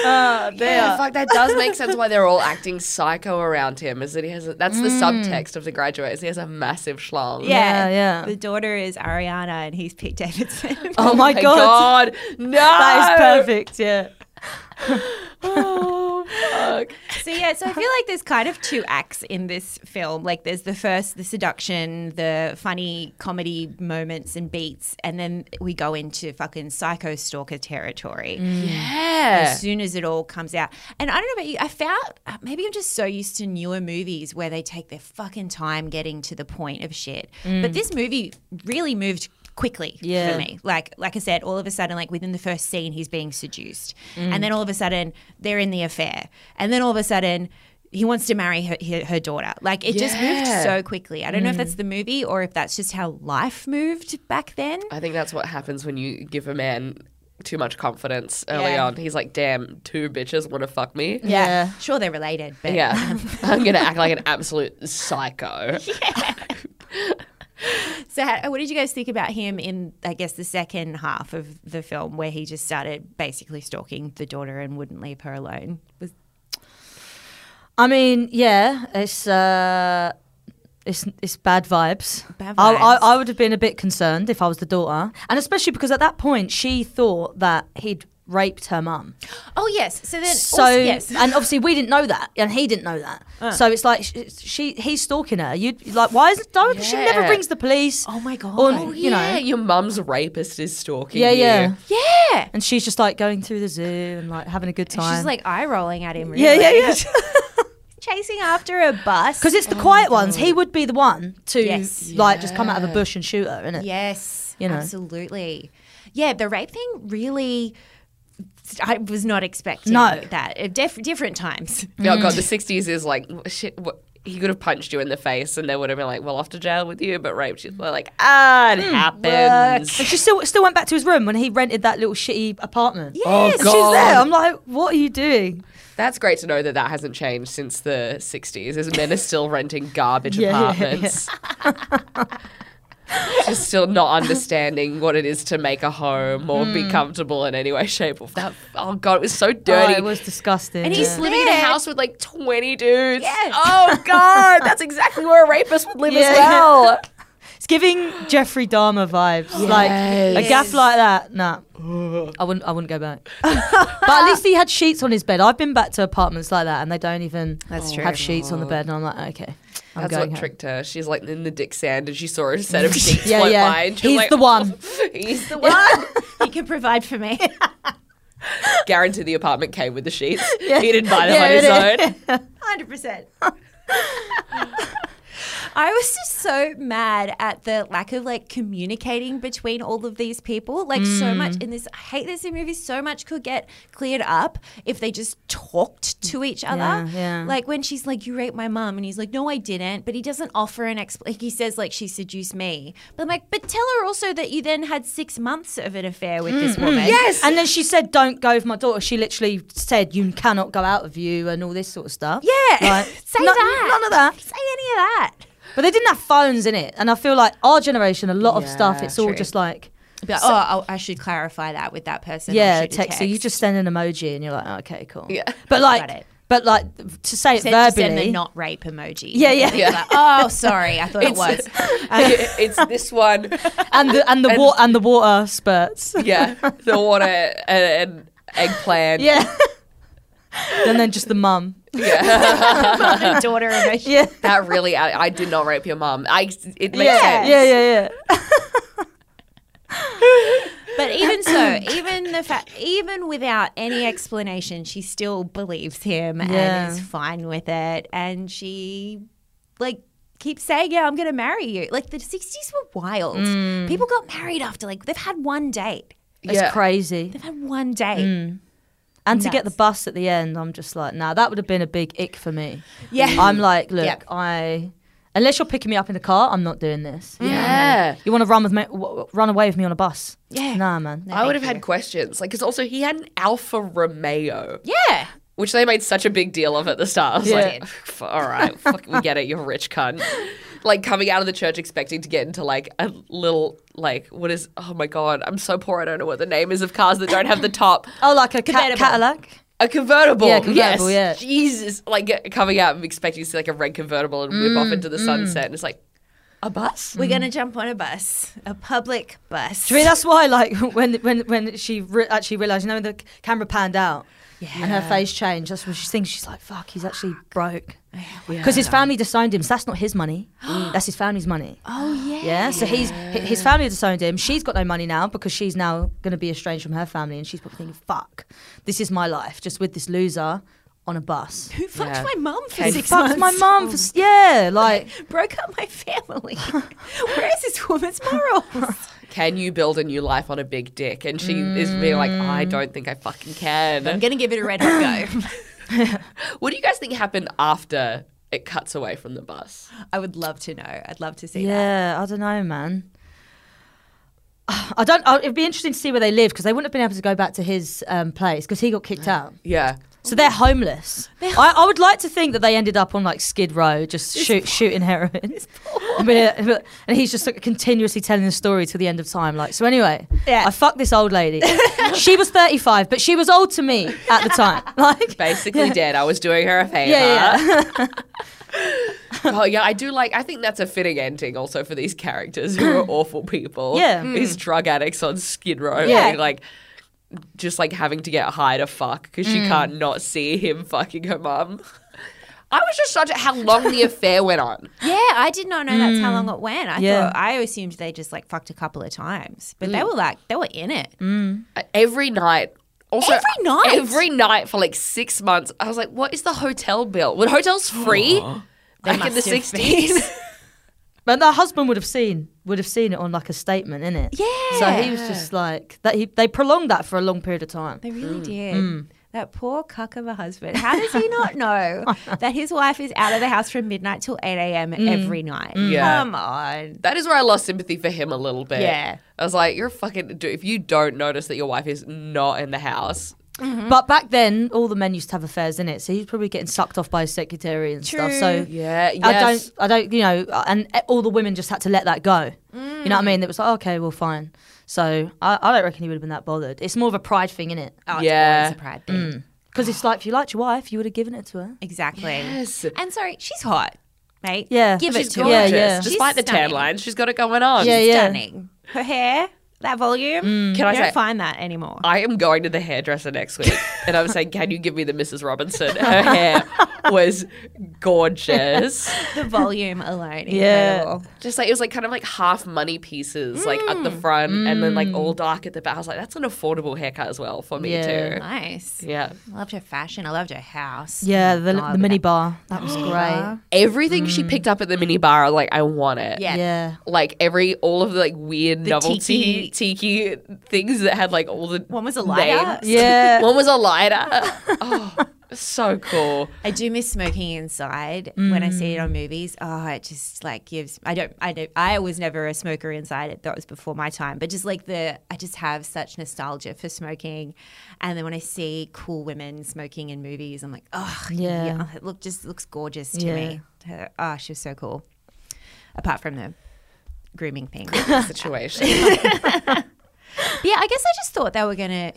[SPEAKER 6] Yeah, fuck, that does make sense why they're all acting psycho around him. Is that he has a, that's the subtext of the graduate. Is he has a massive schlong?
[SPEAKER 7] Mm. Yeah, yeah.
[SPEAKER 2] The daughter is Ariana and he's Pete Davidson.
[SPEAKER 7] Oh, my God.
[SPEAKER 6] God, no,
[SPEAKER 7] That is perfect, yeah.
[SPEAKER 6] Oh, fuck.
[SPEAKER 2] so, yeah, so I feel like there's kind of two acts in this film. Like, there's the first, the seduction, the funny comedy moments and beats. And then we go into fucking psycho stalker territory.
[SPEAKER 6] Yeah.
[SPEAKER 2] as soon as it all comes out. And I don't know about you, I found uh, maybe I'm just so used to newer movies where they take their fucking time getting to the point of shit. But this movie really moved quickly
[SPEAKER 7] Yeah.
[SPEAKER 2] for me. Like like I said, all of a sudden, like within the first scene, he's being seduced,
[SPEAKER 7] Mm.
[SPEAKER 2] and then all of a sudden they're in the affair, and then all of a sudden. He wants to marry her, her, her daughter. Like it just moved
[SPEAKER 6] Yeah.
[SPEAKER 2] so quickly. I don't
[SPEAKER 7] Mm.
[SPEAKER 2] know if that's the movie or if that's just how life moved back then.
[SPEAKER 6] I think that's what happens when you give a man too much confidence early
[SPEAKER 2] Yeah.
[SPEAKER 6] on. He's like, damn, two bitches want to fuck me.
[SPEAKER 7] Yeah.
[SPEAKER 2] Sure, they're related, but
[SPEAKER 6] *laughs* Yeah. I'm going to act like an absolute
[SPEAKER 7] *laughs*
[SPEAKER 6] psycho.
[SPEAKER 2] So, how, what did you guys think about him in, I guess, the second half of the film where he just started basically stalking the daughter and wouldn't leave her alone? Was,
[SPEAKER 7] I mean, yeah, it's uh, it's it's bad vibes.
[SPEAKER 2] Bad
[SPEAKER 7] I, I,
[SPEAKER 2] vibes.
[SPEAKER 7] I would have been a bit concerned if I was the daughter, and especially because at that point she thought that he'd raped her mum.
[SPEAKER 2] Oh yes. So then,
[SPEAKER 7] So
[SPEAKER 2] also- *laughs* yes.
[SPEAKER 7] and obviously we didn't know that, and he didn't know that.
[SPEAKER 2] Uh.
[SPEAKER 7] So it's like she, she he's stalking her. You like why is it? Don't, She never
[SPEAKER 6] Yeah.
[SPEAKER 7] brings the police.
[SPEAKER 2] Oh my god.
[SPEAKER 7] Or,
[SPEAKER 6] Oh,
[SPEAKER 7] you
[SPEAKER 6] yeah,
[SPEAKER 7] know.
[SPEAKER 6] your mum's rapist is stalking
[SPEAKER 7] Yeah,
[SPEAKER 6] you.
[SPEAKER 7] yeah,
[SPEAKER 2] yeah.
[SPEAKER 7] And she's just like going through the zoo and like having a good time.
[SPEAKER 2] She's like eye rolling at him. Really.
[SPEAKER 7] yeah,
[SPEAKER 2] *laughs*
[SPEAKER 7] yeah, yeah.
[SPEAKER 2] Chasing after a bus.
[SPEAKER 7] Because it's the quiet ones. He would be the one to like just come out of a
[SPEAKER 2] Yeah.
[SPEAKER 7] bush and shoot her, innit?
[SPEAKER 2] Yes.
[SPEAKER 7] You know.
[SPEAKER 2] Absolutely. Yeah, the rape thing really. I was not expecting
[SPEAKER 6] No.
[SPEAKER 2] that. Uh, Def- different times. *laughs*
[SPEAKER 6] Oh god,
[SPEAKER 7] Mm.
[SPEAKER 6] the sixties is like shit. What, he could have punched you in the face, and they would have been like, "Well, off to jail with you," but raped you. They're like, "Ah, it
[SPEAKER 7] Mm, And
[SPEAKER 6] *laughs* happens."
[SPEAKER 7] she still still went back to his room when he rented that little shitty apartment. Oh,
[SPEAKER 6] Oh,
[SPEAKER 7] And she's there.
[SPEAKER 6] God.
[SPEAKER 7] I'm like, what are you doing?
[SPEAKER 6] That's great to know that that hasn't changed since the sixties. Is men are still renting garbage
[SPEAKER 7] Yeah, yeah, yeah.
[SPEAKER 6] apartments. *laughs* Just still not understanding what it is to make a home or be
[SPEAKER 7] Mm.
[SPEAKER 6] comfortable in any way, shape, or form. Oh god, it was so dirty.
[SPEAKER 7] Oh, it was disgusting.
[SPEAKER 6] And he's
[SPEAKER 7] yeah.
[SPEAKER 6] living in a house with like 20 dudes. Oh,
[SPEAKER 7] *laughs*
[SPEAKER 6] God. That's exactly where a rapist would live
[SPEAKER 7] Yeah.
[SPEAKER 6] as well.
[SPEAKER 7] It's giving Jeffrey Dahmer vibes. Like a gaff
[SPEAKER 6] Yes.
[SPEAKER 7] like
[SPEAKER 6] *laughs*
[SPEAKER 7] that. Nah. I wouldn't I wouldn't go back. but at least he had sheets on his bed. I've been back to apartments like that and they don't even
[SPEAKER 6] Oh.
[SPEAKER 2] That's true.
[SPEAKER 7] have sheets on the bed and I'm like, okay. I'm
[SPEAKER 6] That's what
[SPEAKER 7] going home.
[SPEAKER 6] tricked her. She's like in the dick sand and she saw a set of sheets
[SPEAKER 7] *laughs* Yeah,
[SPEAKER 6] float
[SPEAKER 7] yeah.
[SPEAKER 6] by. And she was
[SPEAKER 7] He's
[SPEAKER 6] like,
[SPEAKER 7] the one.
[SPEAKER 6] *laughs* He's
[SPEAKER 7] *laughs*
[SPEAKER 6] the one.
[SPEAKER 2] he can provide for me.
[SPEAKER 6] Guarantee the apartment came with the
[SPEAKER 7] *laughs*
[SPEAKER 6] sheets.
[SPEAKER 2] Yeah.
[SPEAKER 6] He didn't buy them
[SPEAKER 2] Yeah,
[SPEAKER 6] on
[SPEAKER 2] it
[SPEAKER 6] his own.
[SPEAKER 2] Hundred percent. *laughs* I was just so mad at the lack of like communicating between all of these people. Like so
[SPEAKER 7] Mm.
[SPEAKER 2] much in this, I hate this in movies. So much could get cleared up if they just talked to each other.
[SPEAKER 7] Yeah, yeah.
[SPEAKER 2] Like when she's like, "You raped my mum," and he's like, "No, I didn't." But he doesn't offer an expl. Like he says, like she seduced me. But I'm like, but tell her also that you then had six months of an affair with this woman.
[SPEAKER 7] And then she said, "Don't go with my daughter." She literally said, "You cannot go out with you," and all this sort of stuff.
[SPEAKER 2] Yeah.
[SPEAKER 7] Like,
[SPEAKER 2] *laughs* Say
[SPEAKER 7] no-
[SPEAKER 2] that.
[SPEAKER 7] None of that.
[SPEAKER 2] Say any of that.
[SPEAKER 7] But they didn't have phones in it, and I feel like our generation, a lot of stuff,
[SPEAKER 2] Yeah,
[SPEAKER 7] it's all
[SPEAKER 2] true.
[SPEAKER 7] just like,
[SPEAKER 2] Be like,
[SPEAKER 7] So-
[SPEAKER 2] oh, I'll, I should clarify that with that person. or
[SPEAKER 7] yeah,
[SPEAKER 2] shoot a
[SPEAKER 7] text. So you just send an emoji, and you're like, "Oh, "Okay, cool."
[SPEAKER 2] Yeah.
[SPEAKER 7] But
[SPEAKER 2] Got
[SPEAKER 7] like,
[SPEAKER 2] it.
[SPEAKER 7] but like to say it
[SPEAKER 2] Said-
[SPEAKER 7] verbally.
[SPEAKER 2] just send the not rape emoji.
[SPEAKER 7] Yeah, yeah.
[SPEAKER 2] You're like, oh, sorry, I thought it
[SPEAKER 6] It's-
[SPEAKER 2] *laughs* was.
[SPEAKER 6] *laughs* it's this one.
[SPEAKER 7] and the and the wa- and the water spurts. *laughs*
[SPEAKER 6] Yeah. The water and, and eggplant.
[SPEAKER 7] yeah. and then just the mum.
[SPEAKER 6] Yeah.
[SPEAKER 2] daughter emoji.
[SPEAKER 7] Yeah.
[SPEAKER 6] That really, I, I did not rape your mum. I, it makes
[SPEAKER 7] Yeah.
[SPEAKER 6] sense.
[SPEAKER 7] yeah, yeah, yeah.
[SPEAKER 2] But even so, even the fact, even without any explanation, she still believes him
[SPEAKER 7] Yeah.
[SPEAKER 2] and is fine with it, and she like keeps saying, "Yeah, I'm going to marry you." Like the '60s were wild.
[SPEAKER 7] Mm.
[SPEAKER 2] People got married after like they've had one date.
[SPEAKER 7] It's crazy.
[SPEAKER 2] They've had one date.
[SPEAKER 7] Mm. And to get the bus at the end, I'm just like, nah, that would have been a big ick for me.
[SPEAKER 2] Yeah.
[SPEAKER 7] *laughs* I'm like, look,
[SPEAKER 2] Yeah.
[SPEAKER 7] I. Unless you're picking me up in the car, I'm not doing this.
[SPEAKER 2] Mm.
[SPEAKER 6] Yeah.
[SPEAKER 7] You want to run with me, w- w- run away with me on a bus?
[SPEAKER 2] Yeah.
[SPEAKER 7] Nah, man.
[SPEAKER 6] I would have had questions. Like, because also he had an Alfa Romeo,
[SPEAKER 2] Yeah.
[SPEAKER 6] which they made such a big deal of at the start. I was
[SPEAKER 7] Yeah.
[SPEAKER 6] like, "F- all right, fuck, we get it, you're a rich
[SPEAKER 7] *laughs*
[SPEAKER 6] cunt. Like, coming out of the church expecting to get into like a little, like, what is, oh my God, I'm so poor, I don't know what the name is of cars that don't have the top.
[SPEAKER 7] Oh, like a ca-
[SPEAKER 6] Convertible.
[SPEAKER 7] Cadillac?
[SPEAKER 6] A convertible.
[SPEAKER 7] Yeah, convertible,
[SPEAKER 6] yes.
[SPEAKER 7] yeah.
[SPEAKER 6] Jesus. Like, get- coming out and expecting to see like a red convertible and whip off
[SPEAKER 7] Mm,
[SPEAKER 6] into the
[SPEAKER 7] mm.
[SPEAKER 6] sunset. And it's like, a bus?
[SPEAKER 2] We're going to jump on a bus, a public bus.
[SPEAKER 7] Do you mean that's why? Like *laughs* when when when she re- actually realized, you know, when the camera panned out and her
[SPEAKER 2] Yeah.
[SPEAKER 7] face changed. That's when she thinks she's like, fuck, he's actually broke because his family disowned him. So that's not
[SPEAKER 2] *gasps*
[SPEAKER 7] his money. that's his family's money.
[SPEAKER 2] Oh yeah.
[SPEAKER 7] Yeah, so he's hi- his family disowned him. She's got no money now because she's now going to be estranged from her family, and she's probably thinking, "Fuck, this is my life, just with this loser on a bus."
[SPEAKER 2] Who fucked
[SPEAKER 7] Yeah.
[SPEAKER 2] my mum for
[SPEAKER 7] Who
[SPEAKER 2] six
[SPEAKER 7] fucked
[SPEAKER 2] months?
[SPEAKER 7] my mum for s- yeah, like
[SPEAKER 2] broke up my family. *laughs* Where is this woman's morals?
[SPEAKER 6] Can you build a new life on a big dick? And she is being like, I
[SPEAKER 7] Mm.
[SPEAKER 6] don't think I fucking can.
[SPEAKER 2] I'm *laughs* gonna give it a red hot go.
[SPEAKER 6] What do you guys think happened after it cuts away from the bus?
[SPEAKER 2] *clears throat* I would love to know. I'd love to see that.
[SPEAKER 7] yeah, I don't know, man. *sighs* I don't. I, it'd be interesting to see where they live because they wouldn't have been able to go back to his um, place because he got kicked out.
[SPEAKER 6] Yeah.
[SPEAKER 7] So they're homeless. I, I would like to think that they ended up on like Skid Row, just shoot, shooting heroin. I mean, uh, *laughs* but- and he's just like, continuously telling the story to the end of time. Like, so anyway,
[SPEAKER 2] Yeah.
[SPEAKER 7] I fucked this old lady. she was 35, but she was old to me at the time. *laughs* Like,
[SPEAKER 6] Basically dead. I was doing her a favor.
[SPEAKER 7] Yeah, yeah,
[SPEAKER 6] *laughs* oh yeah, I do like I think that's a fitting ending also for
[SPEAKER 7] *laughs*
[SPEAKER 6] these characters who are awful people.
[SPEAKER 7] Yeah.
[SPEAKER 6] These drug addicts on Skid Row
[SPEAKER 7] Yeah.
[SPEAKER 6] being like just like having to get high to fuck because she
[SPEAKER 3] Mm.
[SPEAKER 6] can't not see him fucking her mum. *laughs* I was just shocked at how long the affair went on.
[SPEAKER 2] Yeah, I did not know that's how
[SPEAKER 6] Mm.
[SPEAKER 2] long it went. I
[SPEAKER 6] Yeah.
[SPEAKER 2] thought I assumed they just like fucked a couple of times, but they
[SPEAKER 6] Mm.
[SPEAKER 2] were like they were in it.
[SPEAKER 6] Uh, Every night. Also,
[SPEAKER 2] Every night?
[SPEAKER 6] Every night for like six months. I was like, what is the hotel bill? Were hotels free back in the 60s?
[SPEAKER 2] *laughs*
[SPEAKER 7] But the husband would have seen would have seen it on like a statement, in it.
[SPEAKER 2] Yeah.
[SPEAKER 7] So he was just like that. He they prolonged that for a long period of time.
[SPEAKER 2] They
[SPEAKER 6] Hmm.
[SPEAKER 2] really did.
[SPEAKER 7] Mm.
[SPEAKER 2] That poor cuck of a husband. How does
[SPEAKER 6] *laughs*
[SPEAKER 2] he not know that his wife is out of the house from midnight till 8 a.m.
[SPEAKER 6] Mm.
[SPEAKER 2] every night?
[SPEAKER 6] Yeah.
[SPEAKER 2] Come on.
[SPEAKER 6] *laughs* That is where I lost sympathy for him a little bit.
[SPEAKER 2] Um, Yeah.
[SPEAKER 6] I was like, you're a fucking dude. If you don't notice that your wife is not in the house,
[SPEAKER 7] But back then, all the men used to have affairs in it, so he's probably getting sucked off by his secretary and stuff. So
[SPEAKER 6] yeah, yes.
[SPEAKER 7] I don't, I don't, you know, and e, all the women just had to let that go. You know what I mean? It was like, okay, well, fine. So I, I don't reckon he would have been that bothered. It's more of a pride thing, innit?
[SPEAKER 2] Oh,
[SPEAKER 6] Yeah.
[SPEAKER 2] It's always a pride
[SPEAKER 6] Hmm.
[SPEAKER 2] thing.
[SPEAKER 7] Because it's like, if you liked your wife, you would have given it to her.
[SPEAKER 2] Exactly.
[SPEAKER 6] Yes.
[SPEAKER 2] And sorry, she's hot, mate.
[SPEAKER 7] Yeah.
[SPEAKER 2] Give
[SPEAKER 7] She's
[SPEAKER 2] it to
[SPEAKER 7] gorgeous.
[SPEAKER 2] her.
[SPEAKER 7] Yeah, yeah.
[SPEAKER 6] despite
[SPEAKER 2] She's
[SPEAKER 6] the tan
[SPEAKER 2] stunning.
[SPEAKER 6] line, she's got it going on.
[SPEAKER 2] She's stunning. Her hair, that volume.
[SPEAKER 6] Hmm. Can I
[SPEAKER 2] you don't
[SPEAKER 6] say- Oh.
[SPEAKER 2] find that anymore.
[SPEAKER 6] I am going to the hairdresser next
[SPEAKER 7] *laughs*
[SPEAKER 6] week, and I'm saying, can you give me the Mrs. Robinson? Her hair was gorgeous.
[SPEAKER 2] the volume
[SPEAKER 7] *laughs*
[SPEAKER 2] alone. Incredible.
[SPEAKER 6] Just like it was like kind of like half money pieces, like at
[SPEAKER 2] Mm.
[SPEAKER 6] the front and then like all dark at the back. I was like, that's an affordable haircut as well for me
[SPEAKER 2] Yeah.
[SPEAKER 6] too.
[SPEAKER 2] Nice.
[SPEAKER 6] Yeah.
[SPEAKER 2] I loved her fashion. I loved her house.
[SPEAKER 7] Yeah, the,
[SPEAKER 2] God,
[SPEAKER 7] the mini bar. That was
[SPEAKER 2] Minibar.
[SPEAKER 7] great.
[SPEAKER 6] Everything she picked up at the mini bar, I'm like, I want it.
[SPEAKER 2] Mm. Yeah.
[SPEAKER 7] Yeah.
[SPEAKER 6] Like every all of the like weird
[SPEAKER 2] The
[SPEAKER 6] novelty tiki. things that had like all the
[SPEAKER 2] One was a lighter.
[SPEAKER 6] names. One was
[SPEAKER 2] *laughs*
[SPEAKER 6] a lighter. oh, so cool.
[SPEAKER 2] I do miss smoking inside when I see it on movies. Oh, it just like gives. I don't. I don't. I was never a smoker inside. It that was before my time. But just like the, I just have such nostalgia for smoking, and then when I see cool women smoking in movies, I'm like, oh yeah,
[SPEAKER 7] Yeah.
[SPEAKER 2] it look just looks gorgeous to
[SPEAKER 7] Yeah.
[SPEAKER 2] me. Her, oh, she was so cool. Apart from the grooming thing. *laughs*
[SPEAKER 6] Situation.
[SPEAKER 2] But yeah, I guess I just thought they were gonna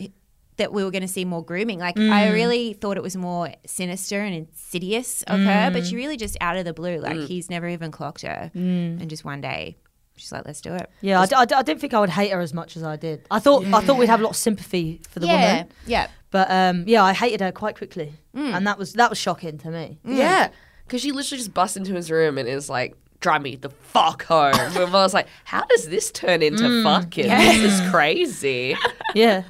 [SPEAKER 2] that we were gonna see more grooming. Like I
[SPEAKER 7] Mm.
[SPEAKER 2] really thought it was more sinister and insidious of her, but she really just out of the blue, like he's never even clocked her,
[SPEAKER 7] Mm.
[SPEAKER 2] and just one day she's like, let's do it.
[SPEAKER 7] Yeah, I d- I, d- I didn't think I would hate her as much as I did. I thought I thought we'd have a lot of sympathy for the
[SPEAKER 2] yeah,
[SPEAKER 7] woman.
[SPEAKER 2] yeah.
[SPEAKER 7] But um, yeah, I hated her quite quickly,
[SPEAKER 6] Mm.
[SPEAKER 7] and that was that was shocking to me.
[SPEAKER 6] Yeah. Because she literally just busts into his room and is like, drive me the fuck home. and I was like, how does this turn into
[SPEAKER 2] Mm.
[SPEAKER 6] fucking? This is crazy.
[SPEAKER 7] yeah.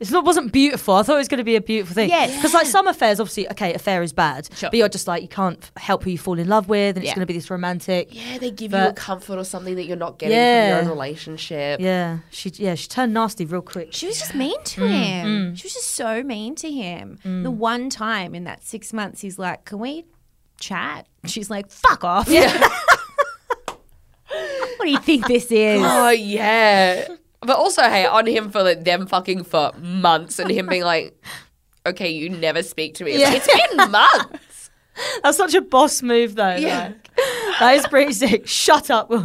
[SPEAKER 7] It's not wasn't beautiful. I thought it was going to be a beautiful thing.
[SPEAKER 6] Yes.
[SPEAKER 7] because like some affairs, obviously, okay, affair is bad, but you're just like you can't f- help who you fall in love with, and
[SPEAKER 6] Yeah.
[SPEAKER 7] it's going to be this romantic.
[SPEAKER 6] Yeah, Eh, they give you a
[SPEAKER 7] But-
[SPEAKER 6] comfort or something that you're not getting from
[SPEAKER 7] Yeah.
[SPEAKER 6] your own relationship.
[SPEAKER 7] Yeah, she yeah she turned nasty real quick.
[SPEAKER 2] She was just mean to
[SPEAKER 7] Mm,
[SPEAKER 2] him. She was just so mean to him. The one time in that six months, he's like, "Can we chat?" She's like, "Fuck off." what do you think this is?
[SPEAKER 6] Oh, yeah. But also, hey, on him for like, them fucking for months and him being like, okay, you never speak to me. It's like,
[SPEAKER 7] Yeah.
[SPEAKER 6] it's been months.
[SPEAKER 7] That's such a boss move though.
[SPEAKER 6] Yeah.
[SPEAKER 7] like. that is pretty sick. Shut up,
[SPEAKER 2] *laughs*
[SPEAKER 7] Will.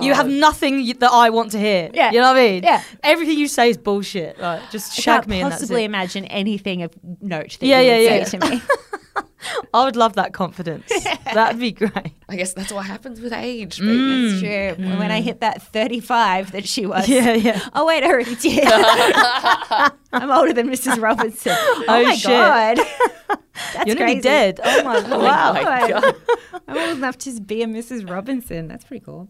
[SPEAKER 7] you have nothing y- that I want to hear.
[SPEAKER 2] Yeah.
[SPEAKER 7] you know what I mean.
[SPEAKER 2] Yeah.
[SPEAKER 7] everything you say is bullshit. Like, just
[SPEAKER 2] I
[SPEAKER 7] shag
[SPEAKER 2] can't
[SPEAKER 7] me.
[SPEAKER 2] possibly
[SPEAKER 7] and
[SPEAKER 2] imagine anything of note that
[SPEAKER 7] Yeah,
[SPEAKER 2] you
[SPEAKER 7] yeah,
[SPEAKER 2] would
[SPEAKER 7] yeah.
[SPEAKER 2] say to me.
[SPEAKER 7] that's it. I would love that
[SPEAKER 2] *laughs*
[SPEAKER 7] confidence. *laughs* That'd be great.
[SPEAKER 6] I guess that's what happens with age. baby.
[SPEAKER 7] Mm.
[SPEAKER 2] That's true. When I hit that 35 that she was.
[SPEAKER 7] Yeah, yeah.
[SPEAKER 2] *laughs* Oh, wait, I already did.
[SPEAKER 7] *laughs*
[SPEAKER 2] *laughs* I'm older than Mrs. Robinson. Oh, my
[SPEAKER 7] shit.
[SPEAKER 2] God.
[SPEAKER 7] *laughs*
[SPEAKER 2] That's
[SPEAKER 7] You're nearly
[SPEAKER 2] crazy.
[SPEAKER 7] dead.
[SPEAKER 2] *laughs*
[SPEAKER 7] Oh my god.
[SPEAKER 2] Wow.
[SPEAKER 6] my God.
[SPEAKER 2] *laughs* I'm old enough to just be a Mrs. Robinson. That's pretty cool.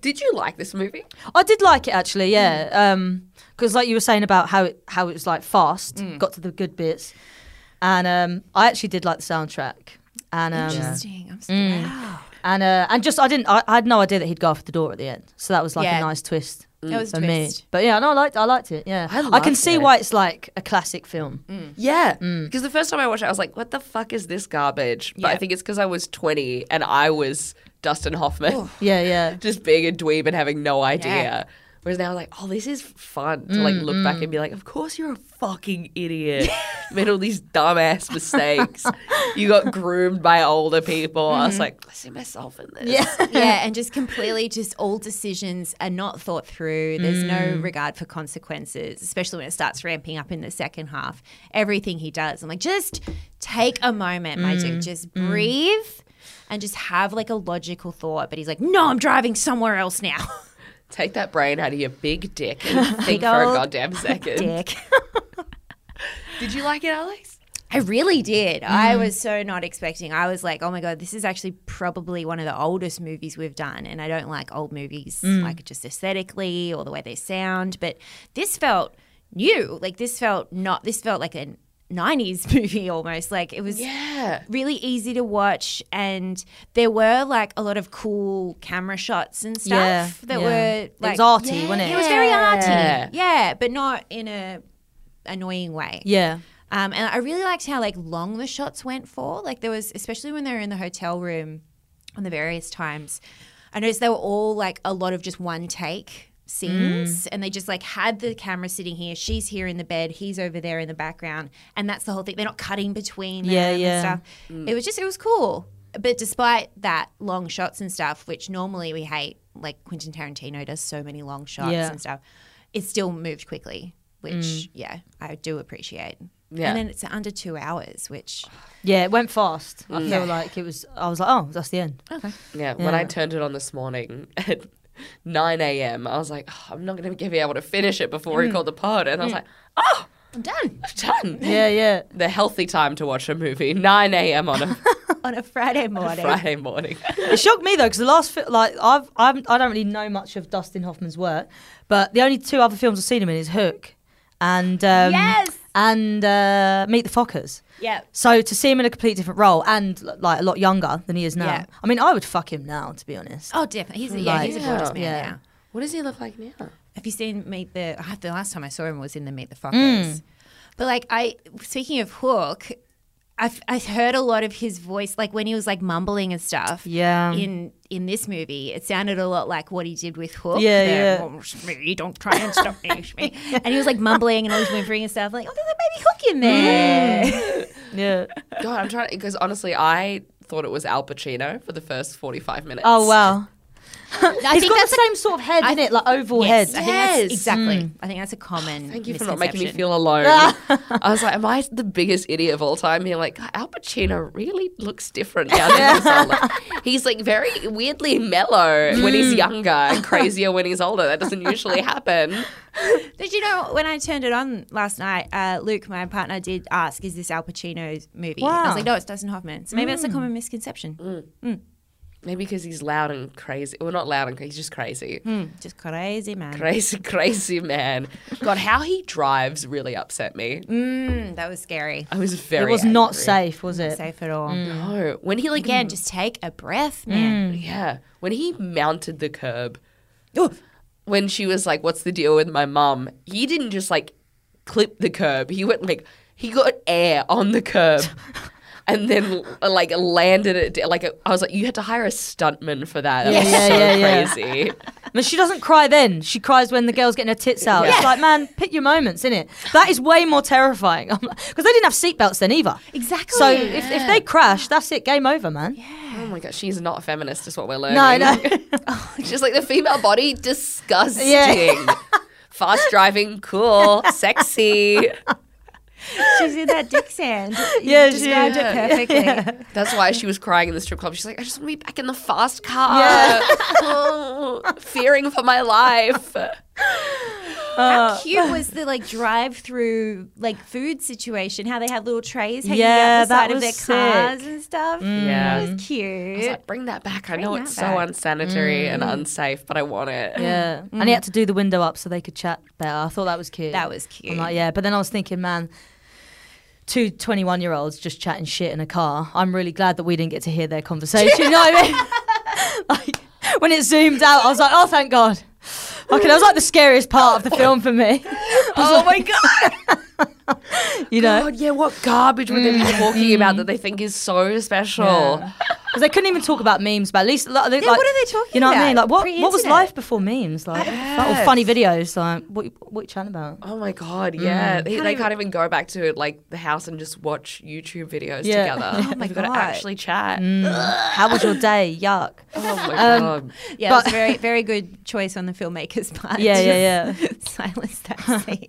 [SPEAKER 6] Did you like this movie?
[SPEAKER 7] I did like it actually,
[SPEAKER 2] Mm.
[SPEAKER 7] yeah. Um 'cause because like you were saying about how it how it was like fast,
[SPEAKER 2] Mm.
[SPEAKER 7] got to the good bits, and um, I actually did like the soundtrack. And um,
[SPEAKER 2] Interesting. I'm still,
[SPEAKER 7] Mm.
[SPEAKER 2] wow.
[SPEAKER 7] And uh, and just I didn't I, I had no idea that he'd go after the door at the end, so that was like
[SPEAKER 2] Yeah.
[SPEAKER 7] a nice twist
[SPEAKER 2] That was a
[SPEAKER 7] for
[SPEAKER 2] twist.
[SPEAKER 7] me. But yeah, no, I liked I liked it. Yeah,
[SPEAKER 6] I
[SPEAKER 7] can
[SPEAKER 6] loved
[SPEAKER 7] see
[SPEAKER 6] it.
[SPEAKER 7] why it's like a classic film.
[SPEAKER 2] Mm.
[SPEAKER 6] Yeah. Because Mm. the first time I watched it, I was like, what the fuck is this garbage? But I
[SPEAKER 2] Yeah.
[SPEAKER 6] think it's because I was 20 and I was Dustin Hoffman,
[SPEAKER 7] Yeah, yeah,
[SPEAKER 6] just being a dweeb and having no idea. Whereas now I'm like, oh, this is fun to like look back and be like, of course you're a fucking idiot. *laughs* Made all these dumbass mistakes. you got groomed by older people. I was like, I see myself in this.
[SPEAKER 7] yeah.
[SPEAKER 2] yeah, and just completely just all decisions are not thought through. There's no regard for consequences, especially when it starts ramping up in the second half. Everything he does, I'm like, just take a moment, my dude. Just breathe and just have like a logical thought. But he's like, no, I'm driving somewhere else now.
[SPEAKER 6] Take that brain out of your big dick and
[SPEAKER 2] Big
[SPEAKER 6] think for a
[SPEAKER 2] old
[SPEAKER 6] goddamn second.
[SPEAKER 2] dick.
[SPEAKER 6] Did you like it, Alex?
[SPEAKER 2] I really did.
[SPEAKER 7] Mm.
[SPEAKER 2] I was so not expecting. I was like, oh my God, this is actually probably one of the oldest movies we've done. And I don't like old movies,
[SPEAKER 5] Mm.
[SPEAKER 2] like just aesthetically or the way they sound. But this felt new. Like, this felt not, this felt like a 90s *laughs* movie almost. Like, it was
[SPEAKER 6] Yeah.
[SPEAKER 2] really easy to watch. And there were like a lot of cool camera shots and stuff
[SPEAKER 7] Yeah,
[SPEAKER 2] that
[SPEAKER 7] yeah.
[SPEAKER 2] were
[SPEAKER 7] It was
[SPEAKER 2] like.
[SPEAKER 7] arty, wasn't it?
[SPEAKER 2] It was very
[SPEAKER 7] Yeah.
[SPEAKER 2] arty. Yeah, but not in a annoying way.
[SPEAKER 7] Yeah.
[SPEAKER 2] Um, and I really liked how like long the shots went for. Like there was, especially when they were in the hotel room, on the various times, I noticed they were all like a lot of just one take
[SPEAKER 7] Mm.
[SPEAKER 2] scenes, and they just like had the camera sitting here. She's here in the bed. He's over there in the background, and that's the whole thing. They're not cutting between.
[SPEAKER 7] Yeah,
[SPEAKER 2] them
[SPEAKER 7] yeah.
[SPEAKER 2] And stuff.
[SPEAKER 7] Mm.
[SPEAKER 2] It was just it was cool. But despite that, long shots and stuff, which normally we hate, like Quentin Tarantino does so many long shots
[SPEAKER 7] Yeah.
[SPEAKER 2] and stuff, it still moved quickly, which
[SPEAKER 7] Mm.
[SPEAKER 2] yeah, I do appreciate.
[SPEAKER 7] Yeah.
[SPEAKER 2] And then it's under two hours, which
[SPEAKER 7] Yeah, it went fast. I
[SPEAKER 6] Mm.
[SPEAKER 7] feel
[SPEAKER 6] Yeah.
[SPEAKER 7] like it was. I was like, oh, that's the end.
[SPEAKER 2] Okay.
[SPEAKER 6] Yeah, when I
[SPEAKER 7] Yeah.
[SPEAKER 6] turned it on this morning *laughs* at 9 a.m., I was like, "Oh, I'm not going to be able to finish it before we
[SPEAKER 7] Mm.
[SPEAKER 6] call the pod. And I was
[SPEAKER 7] Mm.
[SPEAKER 6] like, "Oh,
[SPEAKER 2] I'm done.
[SPEAKER 6] I'm done.
[SPEAKER 7] Yeah, yeah.
[SPEAKER 6] The healthy time to watch a movie, 9 a.m. *laughs* on a
[SPEAKER 2] on a Friday
[SPEAKER 7] *laughs*
[SPEAKER 2] morning.
[SPEAKER 6] Friday morning.
[SPEAKER 7] it shocked me though because the last fi- like I've I'm, I don't really know much of Dustin Hoffman's work, but the only two other films I've seen him in is Hook, and um,
[SPEAKER 2] Yes!
[SPEAKER 7] and uh, Meet the Fockers.
[SPEAKER 2] Yep.
[SPEAKER 7] So to see him in a completely different role and l- like a lot younger than he is now.
[SPEAKER 2] Yeah.
[SPEAKER 7] I mean, I would fuck him now to be honest.
[SPEAKER 2] Oh, definitely. He's a, yeah, he's a
[SPEAKER 7] Like,
[SPEAKER 2] gorgeous man
[SPEAKER 7] yeah.
[SPEAKER 2] now.
[SPEAKER 6] What does he look like now?
[SPEAKER 2] Have you seen Meet the? I- The last time I saw him was in the Meet the Fuckers.
[SPEAKER 7] Mm.
[SPEAKER 2] But like I, speaking of Hook, I've I've heard a lot of his voice, like when he was like mumbling and stuff.
[SPEAKER 7] Yeah.
[SPEAKER 2] In in this movie, it sounded a lot like what he did with Hook.
[SPEAKER 7] Yeah,
[SPEAKER 2] the,
[SPEAKER 7] yeah.
[SPEAKER 2] "Oh, it's me, don't try and stop me, it's me. And he was like mumbling and always whimpering and stuff. Like, oh, there's a baby Hook in there.
[SPEAKER 7] Mm. Yeah.
[SPEAKER 6] God, I'm trying because honestly, I thought it was Al Pacino for the first 45 minutes.
[SPEAKER 7] Oh wow.
[SPEAKER 2] *laughs* I
[SPEAKER 7] He's
[SPEAKER 2] think
[SPEAKER 7] got
[SPEAKER 2] that's
[SPEAKER 7] the same sort of head, isn't it? Like oval
[SPEAKER 2] Yes,
[SPEAKER 7] head.
[SPEAKER 2] I think that's- exactly.
[SPEAKER 7] Mm.
[SPEAKER 2] I think that's a common.
[SPEAKER 6] Thank you for not making me
[SPEAKER 2] misconception.
[SPEAKER 6] feel *laughs* alone. I was like, am I the biggest idiot of all time? Being like, "God, Al Pacino really looks *laughs* different now. than he's older." He's like very weirdly mellow when he's younger *laughs* and crazier when he's older. That doesn't usually happen.
[SPEAKER 2] Did you know when I turned it on last night, uh, Luke, my partner, did ask, "Is this Al Pacino's movie?" And I
[SPEAKER 6] Wow.
[SPEAKER 2] was like, "No, it's Dustin Hoffman." So maybe
[SPEAKER 7] Mm.
[SPEAKER 2] that's a common misconception.
[SPEAKER 6] Maybe because he's loud and crazy. Well, not loud and crazy, he's just crazy.
[SPEAKER 2] Mm, just crazy man.
[SPEAKER 6] Crazy, *laughs* crazy man. God, how he drives really upset me.
[SPEAKER 2] Mm, that was scary.
[SPEAKER 6] I was very. angry.
[SPEAKER 7] was
[SPEAKER 2] it? safe at all.
[SPEAKER 7] Mm.
[SPEAKER 6] No. When he like
[SPEAKER 2] Again, just take a breath, man.
[SPEAKER 7] Mm-hmm.
[SPEAKER 6] Yeah. When he mounted the curb, when she was like, What's the deal with my mum? He didn't just like clip the curb. He went like, he got air on the
[SPEAKER 7] *laughs*
[SPEAKER 6] curb. And then, like, landed it. da- Like, I was like, you had to hire a stuntman for that. That
[SPEAKER 7] Yeah,
[SPEAKER 6] was
[SPEAKER 7] yeah,
[SPEAKER 6] so
[SPEAKER 7] yeah, yeah. *laughs*
[SPEAKER 6] crazy.
[SPEAKER 7] But she doesn't cry then. She cries when the girl's getting her tits out.
[SPEAKER 6] Yeah.
[SPEAKER 7] It's like, man, pick your moments, innit? That is way more terrifying. *laughs* Because they didn't have seatbelts then either.
[SPEAKER 2] Exactly.
[SPEAKER 7] So if, if they crash, that's it. Game over, man.
[SPEAKER 6] Oh my god, she's not a feminist, is what we're learning.
[SPEAKER 2] *laughs*
[SPEAKER 7] No, no.
[SPEAKER 6] She's like the female body, disgusting.
[SPEAKER 7] Yeah.
[SPEAKER 6] *laughs* Fast driving, cool, sexy.
[SPEAKER 2] She's in that dick sand. You
[SPEAKER 7] Yeah, she
[SPEAKER 2] described
[SPEAKER 7] is.
[SPEAKER 2] it perfectly.
[SPEAKER 6] That's why she was crying in the strip club. She's like, I just want to be back in the fast car,
[SPEAKER 7] Yeah.
[SPEAKER 6] *laughs* Oh, fearing for my life.
[SPEAKER 7] Uh,
[SPEAKER 2] How cute was the like drive-through like food situation? How they had little trays hanging
[SPEAKER 7] Yeah,
[SPEAKER 2] out the
[SPEAKER 7] that
[SPEAKER 2] side of
[SPEAKER 7] was
[SPEAKER 2] their
[SPEAKER 7] sick. Mm.
[SPEAKER 2] cars and stuff.
[SPEAKER 6] Yeah.
[SPEAKER 2] that was
[SPEAKER 6] I was
[SPEAKER 2] cute.
[SPEAKER 6] like, bring that back. I know
[SPEAKER 2] Bring
[SPEAKER 6] it's so
[SPEAKER 2] that back.
[SPEAKER 6] unsanitary and unsafe, but I want it.
[SPEAKER 7] Yeah. And he had to do the window up so they could chat better. I thought that was cute.
[SPEAKER 2] That was cute.
[SPEAKER 7] I'm like, yeah. But then I was thinking, man, two 21 year olds just chatting shit in a car. I'm really glad that we didn't get to hear their conversation. you know what I mean?
[SPEAKER 2] *laughs*
[SPEAKER 7] like, when it zoomed out, I was like, oh, thank God. Okay, that was like the scariest part of the film for me. *laughs*
[SPEAKER 6] Oh my god!
[SPEAKER 7] You know?
[SPEAKER 6] God, yeah, what garbage were they be talking about that they think is so special?
[SPEAKER 7] Because they couldn't even talk about memes, but at least like, yeah,
[SPEAKER 2] what are they talking
[SPEAKER 7] You know what I mean?
[SPEAKER 2] about?
[SPEAKER 7] Like what, what was
[SPEAKER 2] Pre-internet.
[SPEAKER 7] life before memes? Like or funny videos. Like what what you chatting about?
[SPEAKER 6] Oh my god, yeah.
[SPEAKER 7] Mm.
[SPEAKER 6] They-
[SPEAKER 2] Can't
[SPEAKER 6] they
[SPEAKER 2] even-
[SPEAKER 6] can't even go back to like the house and just watch YouTube videos
[SPEAKER 7] Yeah. *laughs*
[SPEAKER 6] together.
[SPEAKER 2] Oh my
[SPEAKER 6] They've got
[SPEAKER 2] God.
[SPEAKER 6] to actually chat.
[SPEAKER 7] How was your day?
[SPEAKER 2] *laughs*
[SPEAKER 7] Yuck.
[SPEAKER 6] Oh my
[SPEAKER 7] Mm. Um,
[SPEAKER 6] god.
[SPEAKER 2] Yeah,
[SPEAKER 7] But-
[SPEAKER 2] that's a very very good choice on the filmmaker's *laughs* part.
[SPEAKER 7] Yeah, yeah,
[SPEAKER 2] yeah. *laughs* Silence
[SPEAKER 7] *laughs*
[SPEAKER 2] that scene.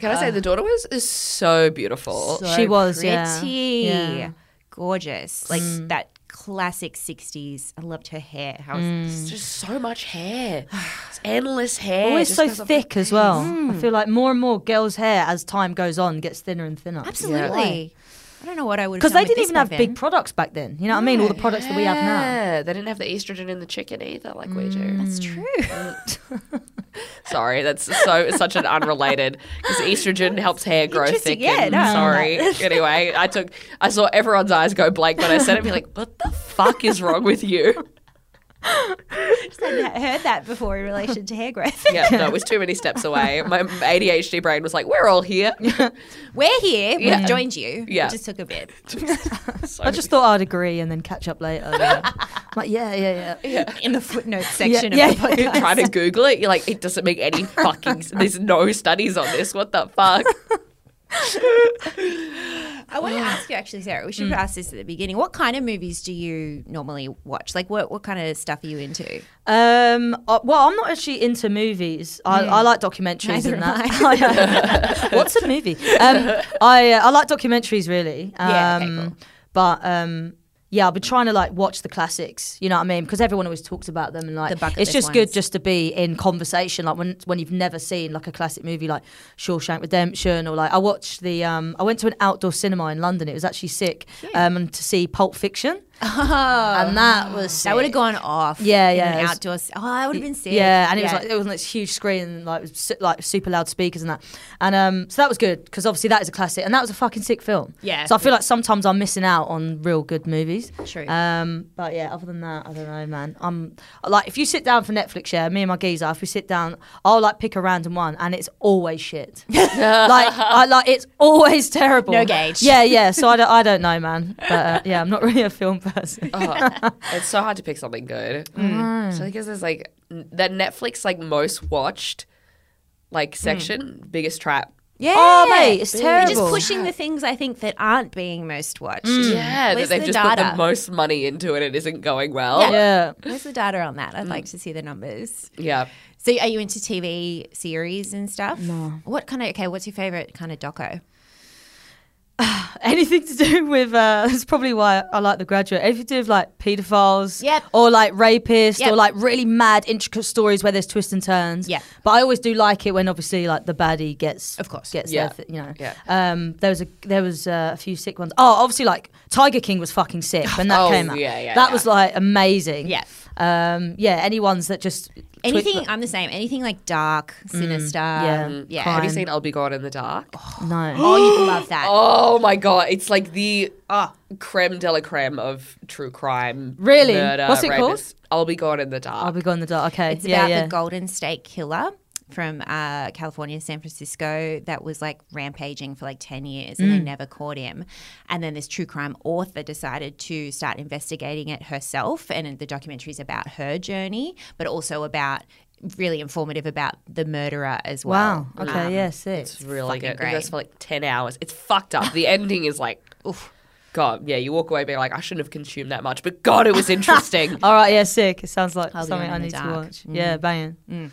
[SPEAKER 6] Can I say
[SPEAKER 7] uh,
[SPEAKER 6] the daughter was is so beautiful.
[SPEAKER 7] She was, yeah.
[SPEAKER 2] pretty,
[SPEAKER 7] Yeah. Mm.
[SPEAKER 2] gorgeous, like that classic 60s. I loved her hair. How it was
[SPEAKER 7] Mm.
[SPEAKER 6] There's just so much hair. It's endless hair.
[SPEAKER 7] Always
[SPEAKER 6] just
[SPEAKER 7] so
[SPEAKER 6] goes up-
[SPEAKER 7] thick as well. I feel like more and more girls' hair as time goes on gets thinner and thinner.
[SPEAKER 2] Absolutely. I don't know what I would
[SPEAKER 7] Because they didn't even have big products back then. You know what I mean? All the products that we have now.
[SPEAKER 6] Yeah, they didn't have the estrogen in the chicken either, like we do. That's
[SPEAKER 2] true.
[SPEAKER 6] *laughs* Sorry, that's so such an unrelated because estrogen helps hair grow
[SPEAKER 2] Interesting,
[SPEAKER 6] thick.
[SPEAKER 2] yeah,
[SPEAKER 6] and-
[SPEAKER 2] no, no,
[SPEAKER 6] sorry.
[SPEAKER 2] *laughs*
[SPEAKER 6] anyway, I took I saw everyone's eyes go blank when I said it. Be like, what the fuck is wrong with you?
[SPEAKER 2] *laughs* I heard that before in relation to hair
[SPEAKER 7] *laughs*
[SPEAKER 2] growth.
[SPEAKER 6] Yeah, no, it was too many steps away. My ADHD brain was like, we're
[SPEAKER 2] *laughs*
[SPEAKER 6] all here.
[SPEAKER 2] We're here. We've
[SPEAKER 6] Yeah.
[SPEAKER 2] joined you.
[SPEAKER 6] Yeah.
[SPEAKER 2] It just took a bit.
[SPEAKER 7] I just thought I'd agree and then catch
[SPEAKER 6] *laughs*
[SPEAKER 7] up later. Yeah. I'm like, yeah, yeah, yeah.
[SPEAKER 2] in the footnote
[SPEAKER 7] *laughs*
[SPEAKER 2] section
[SPEAKER 7] yeah,
[SPEAKER 2] of the podcast.
[SPEAKER 6] You
[SPEAKER 2] *laughs*
[SPEAKER 6] try to Google it, you're like, it doesn't make any fucking. s- There's no studies on this. What the fuck?
[SPEAKER 2] I want to ask you actually, Sarah. We
[SPEAKER 7] Mm.
[SPEAKER 2] should have asked this at the beginning. What kind of movies do you normally watch? Like, what what kind of stuff are you into?
[SPEAKER 7] Um, uh, well, I'm not actually into movies. I, I like documentaries
[SPEAKER 2] Hmm. Neither
[SPEAKER 7] and
[SPEAKER 2] am
[SPEAKER 7] *laughs* that. *laughs* What's a movie? Um, I uh, I like documentaries really. Um,
[SPEAKER 2] Yeah, okay, cool.
[SPEAKER 7] But um, yeah, I've been trying to like watch the classics. You know what I mean? Because everyone always talks about them and
[SPEAKER 2] The
[SPEAKER 7] like
[SPEAKER 2] bucket
[SPEAKER 7] it's
[SPEAKER 2] list
[SPEAKER 7] just good
[SPEAKER 2] ones.
[SPEAKER 7] just to be in conversation. Like when when you've never seen like a classic movie like Shawshank Redemption or like I watched the um, I went to an outdoor cinema in London. It was actually sick um, to see Pulp Fiction. and that was sick.
[SPEAKER 2] That would have gone off.
[SPEAKER 7] Yeah,
[SPEAKER 2] *laughs*
[SPEAKER 7] yeah,
[SPEAKER 2] In
[SPEAKER 7] it
[SPEAKER 2] an
[SPEAKER 7] was-
[SPEAKER 2] outdoor. s- Oh, I would have been sick.
[SPEAKER 7] Yeah, and it was like it was on this huge screen, like with su- like super loud speakers and that. And um, so that was good because obviously that is a classic, and that was a fucking sick film.
[SPEAKER 2] Yeah.
[SPEAKER 7] So I feel like sometimes I'm missing out on real good movies.
[SPEAKER 2] True.
[SPEAKER 7] Um, but yeah, other than that, I don't know, man. I'm like if you sit down for Netflix, yeah, me and my geezer, if we sit down, I'll like pick a random one, and it's
[SPEAKER 2] *laughs*
[SPEAKER 7] always shit. like I like it's always terrible.
[SPEAKER 2] No gauge.
[SPEAKER 7] Yeah, yeah. So I don't, I don't know, man. But uh, yeah, I'm not really a film
[SPEAKER 2] *laughs*
[SPEAKER 7] person.
[SPEAKER 2] Oh.
[SPEAKER 6] It's so hard to pick something good.
[SPEAKER 7] Mm.
[SPEAKER 2] Mm.
[SPEAKER 6] So I guess there's like n- that Netflix like most watched like
[SPEAKER 7] Mm.
[SPEAKER 6] section, biggest trap.
[SPEAKER 2] yeah.
[SPEAKER 7] Oh, mate, it's
[SPEAKER 2] They're
[SPEAKER 7] terrible.
[SPEAKER 2] just pushing the things I think that aren't being most watched.
[SPEAKER 6] Yeah,
[SPEAKER 7] Mm.
[SPEAKER 6] that
[SPEAKER 2] Where's
[SPEAKER 6] they've
[SPEAKER 2] the
[SPEAKER 6] just put
[SPEAKER 2] data?
[SPEAKER 6] the most money into it and it isn't going well.
[SPEAKER 2] Yeah.
[SPEAKER 7] yeah.
[SPEAKER 2] Where's the data on that? I'd like to see the numbers.
[SPEAKER 6] Yeah.
[SPEAKER 2] So, are you into TV series and stuff? No. What kind of okay? What's your favorite kind of doco?
[SPEAKER 7] *laughs* anything to do with uh that's probably why I like the graduate. Anything to do with like pedophiles
[SPEAKER 2] Yep.
[SPEAKER 7] or like rapists
[SPEAKER 2] Yep.
[SPEAKER 7] or like really mad intricate stories where there's twists and turns.
[SPEAKER 2] Yep.
[SPEAKER 7] But I always do like it when obviously like the baddie gets
[SPEAKER 2] Of course.
[SPEAKER 7] gets
[SPEAKER 6] Yeah.
[SPEAKER 7] their th- you know.
[SPEAKER 6] Yeah.
[SPEAKER 7] Um there was a there was uh, a few sick ones. Oh obviously like Tiger King was fucking sick when
[SPEAKER 6] *laughs*
[SPEAKER 7] that
[SPEAKER 6] Oh,
[SPEAKER 7] came out.
[SPEAKER 6] yeah, yeah,
[SPEAKER 7] that
[SPEAKER 6] yeah.
[SPEAKER 7] was like amazing.
[SPEAKER 2] Yeah.
[SPEAKER 7] Um yeah, any ones that just twi-
[SPEAKER 2] Anything? I'm the same. Anything like dark, sinister?
[SPEAKER 7] yeah.
[SPEAKER 2] Mm. yeah. Mm.
[SPEAKER 6] Have you seen I'll Be Gone in the Dark?
[SPEAKER 7] no.
[SPEAKER 2] *gasps* Oh, you love that.
[SPEAKER 6] Oh my god, it's like the
[SPEAKER 7] Ah.
[SPEAKER 6] uh, creme de la creme of true crime.
[SPEAKER 7] Really?
[SPEAKER 6] murder,
[SPEAKER 7] What's it called?
[SPEAKER 6] rapist. I'll Be Gone in the Dark.
[SPEAKER 7] I'll be going in the dark. Okay.
[SPEAKER 2] It's
[SPEAKER 7] yeah,
[SPEAKER 2] about
[SPEAKER 7] yeah.
[SPEAKER 2] the Golden State Killer from uh, California, San Francisco, that was like rampaging for like 10 years and they never caught him. And then this true crime author decided to start investigating it herself. And the documentary is about her journey, but also about really informative about the murderer as well.
[SPEAKER 7] Wow. Okay, yeah, sick.
[SPEAKER 6] It's really
[SPEAKER 2] fucking
[SPEAKER 6] good. It goes
[SPEAKER 2] great.
[SPEAKER 6] for like ten hours. It's fucked up.
[SPEAKER 7] *laughs*
[SPEAKER 6] The ending is like, oof. God, yeah. You walk away being like, I shouldn't have consumed that much, but God, it
[SPEAKER 7] *laughs*
[SPEAKER 6] was interesting.
[SPEAKER 7] All right, yeah, sick. It sounds like
[SPEAKER 2] I'll be
[SPEAKER 7] something
[SPEAKER 2] on
[SPEAKER 7] I
[SPEAKER 2] in the
[SPEAKER 7] need to
[SPEAKER 2] dark. Mm.
[SPEAKER 7] watch. Yeah, banging.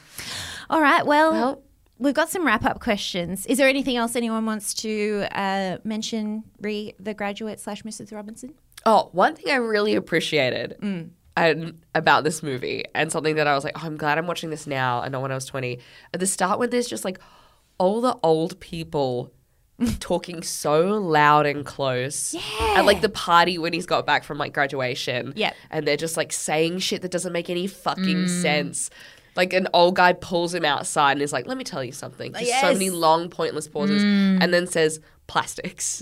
[SPEAKER 2] All right. Well, we've got some wrap up questions. Is there anything else anyone wants to uh, mention re the graduate slash Mrs. Robinson?
[SPEAKER 6] Oh, one thing I really appreciated and about this movie, and something that I was like, oh, I'm glad I'm watching this now and not when I was 20. At the start, when there's just like all the old people talking so loud and close at like the party when he's got back from like graduation.
[SPEAKER 2] Yep.
[SPEAKER 6] And they're just like saying shit that doesn't make any fucking sense. Like an old guy pulls him outside and is like, let me tell you something. Just so many long, pointless pauses. And then says, plastics.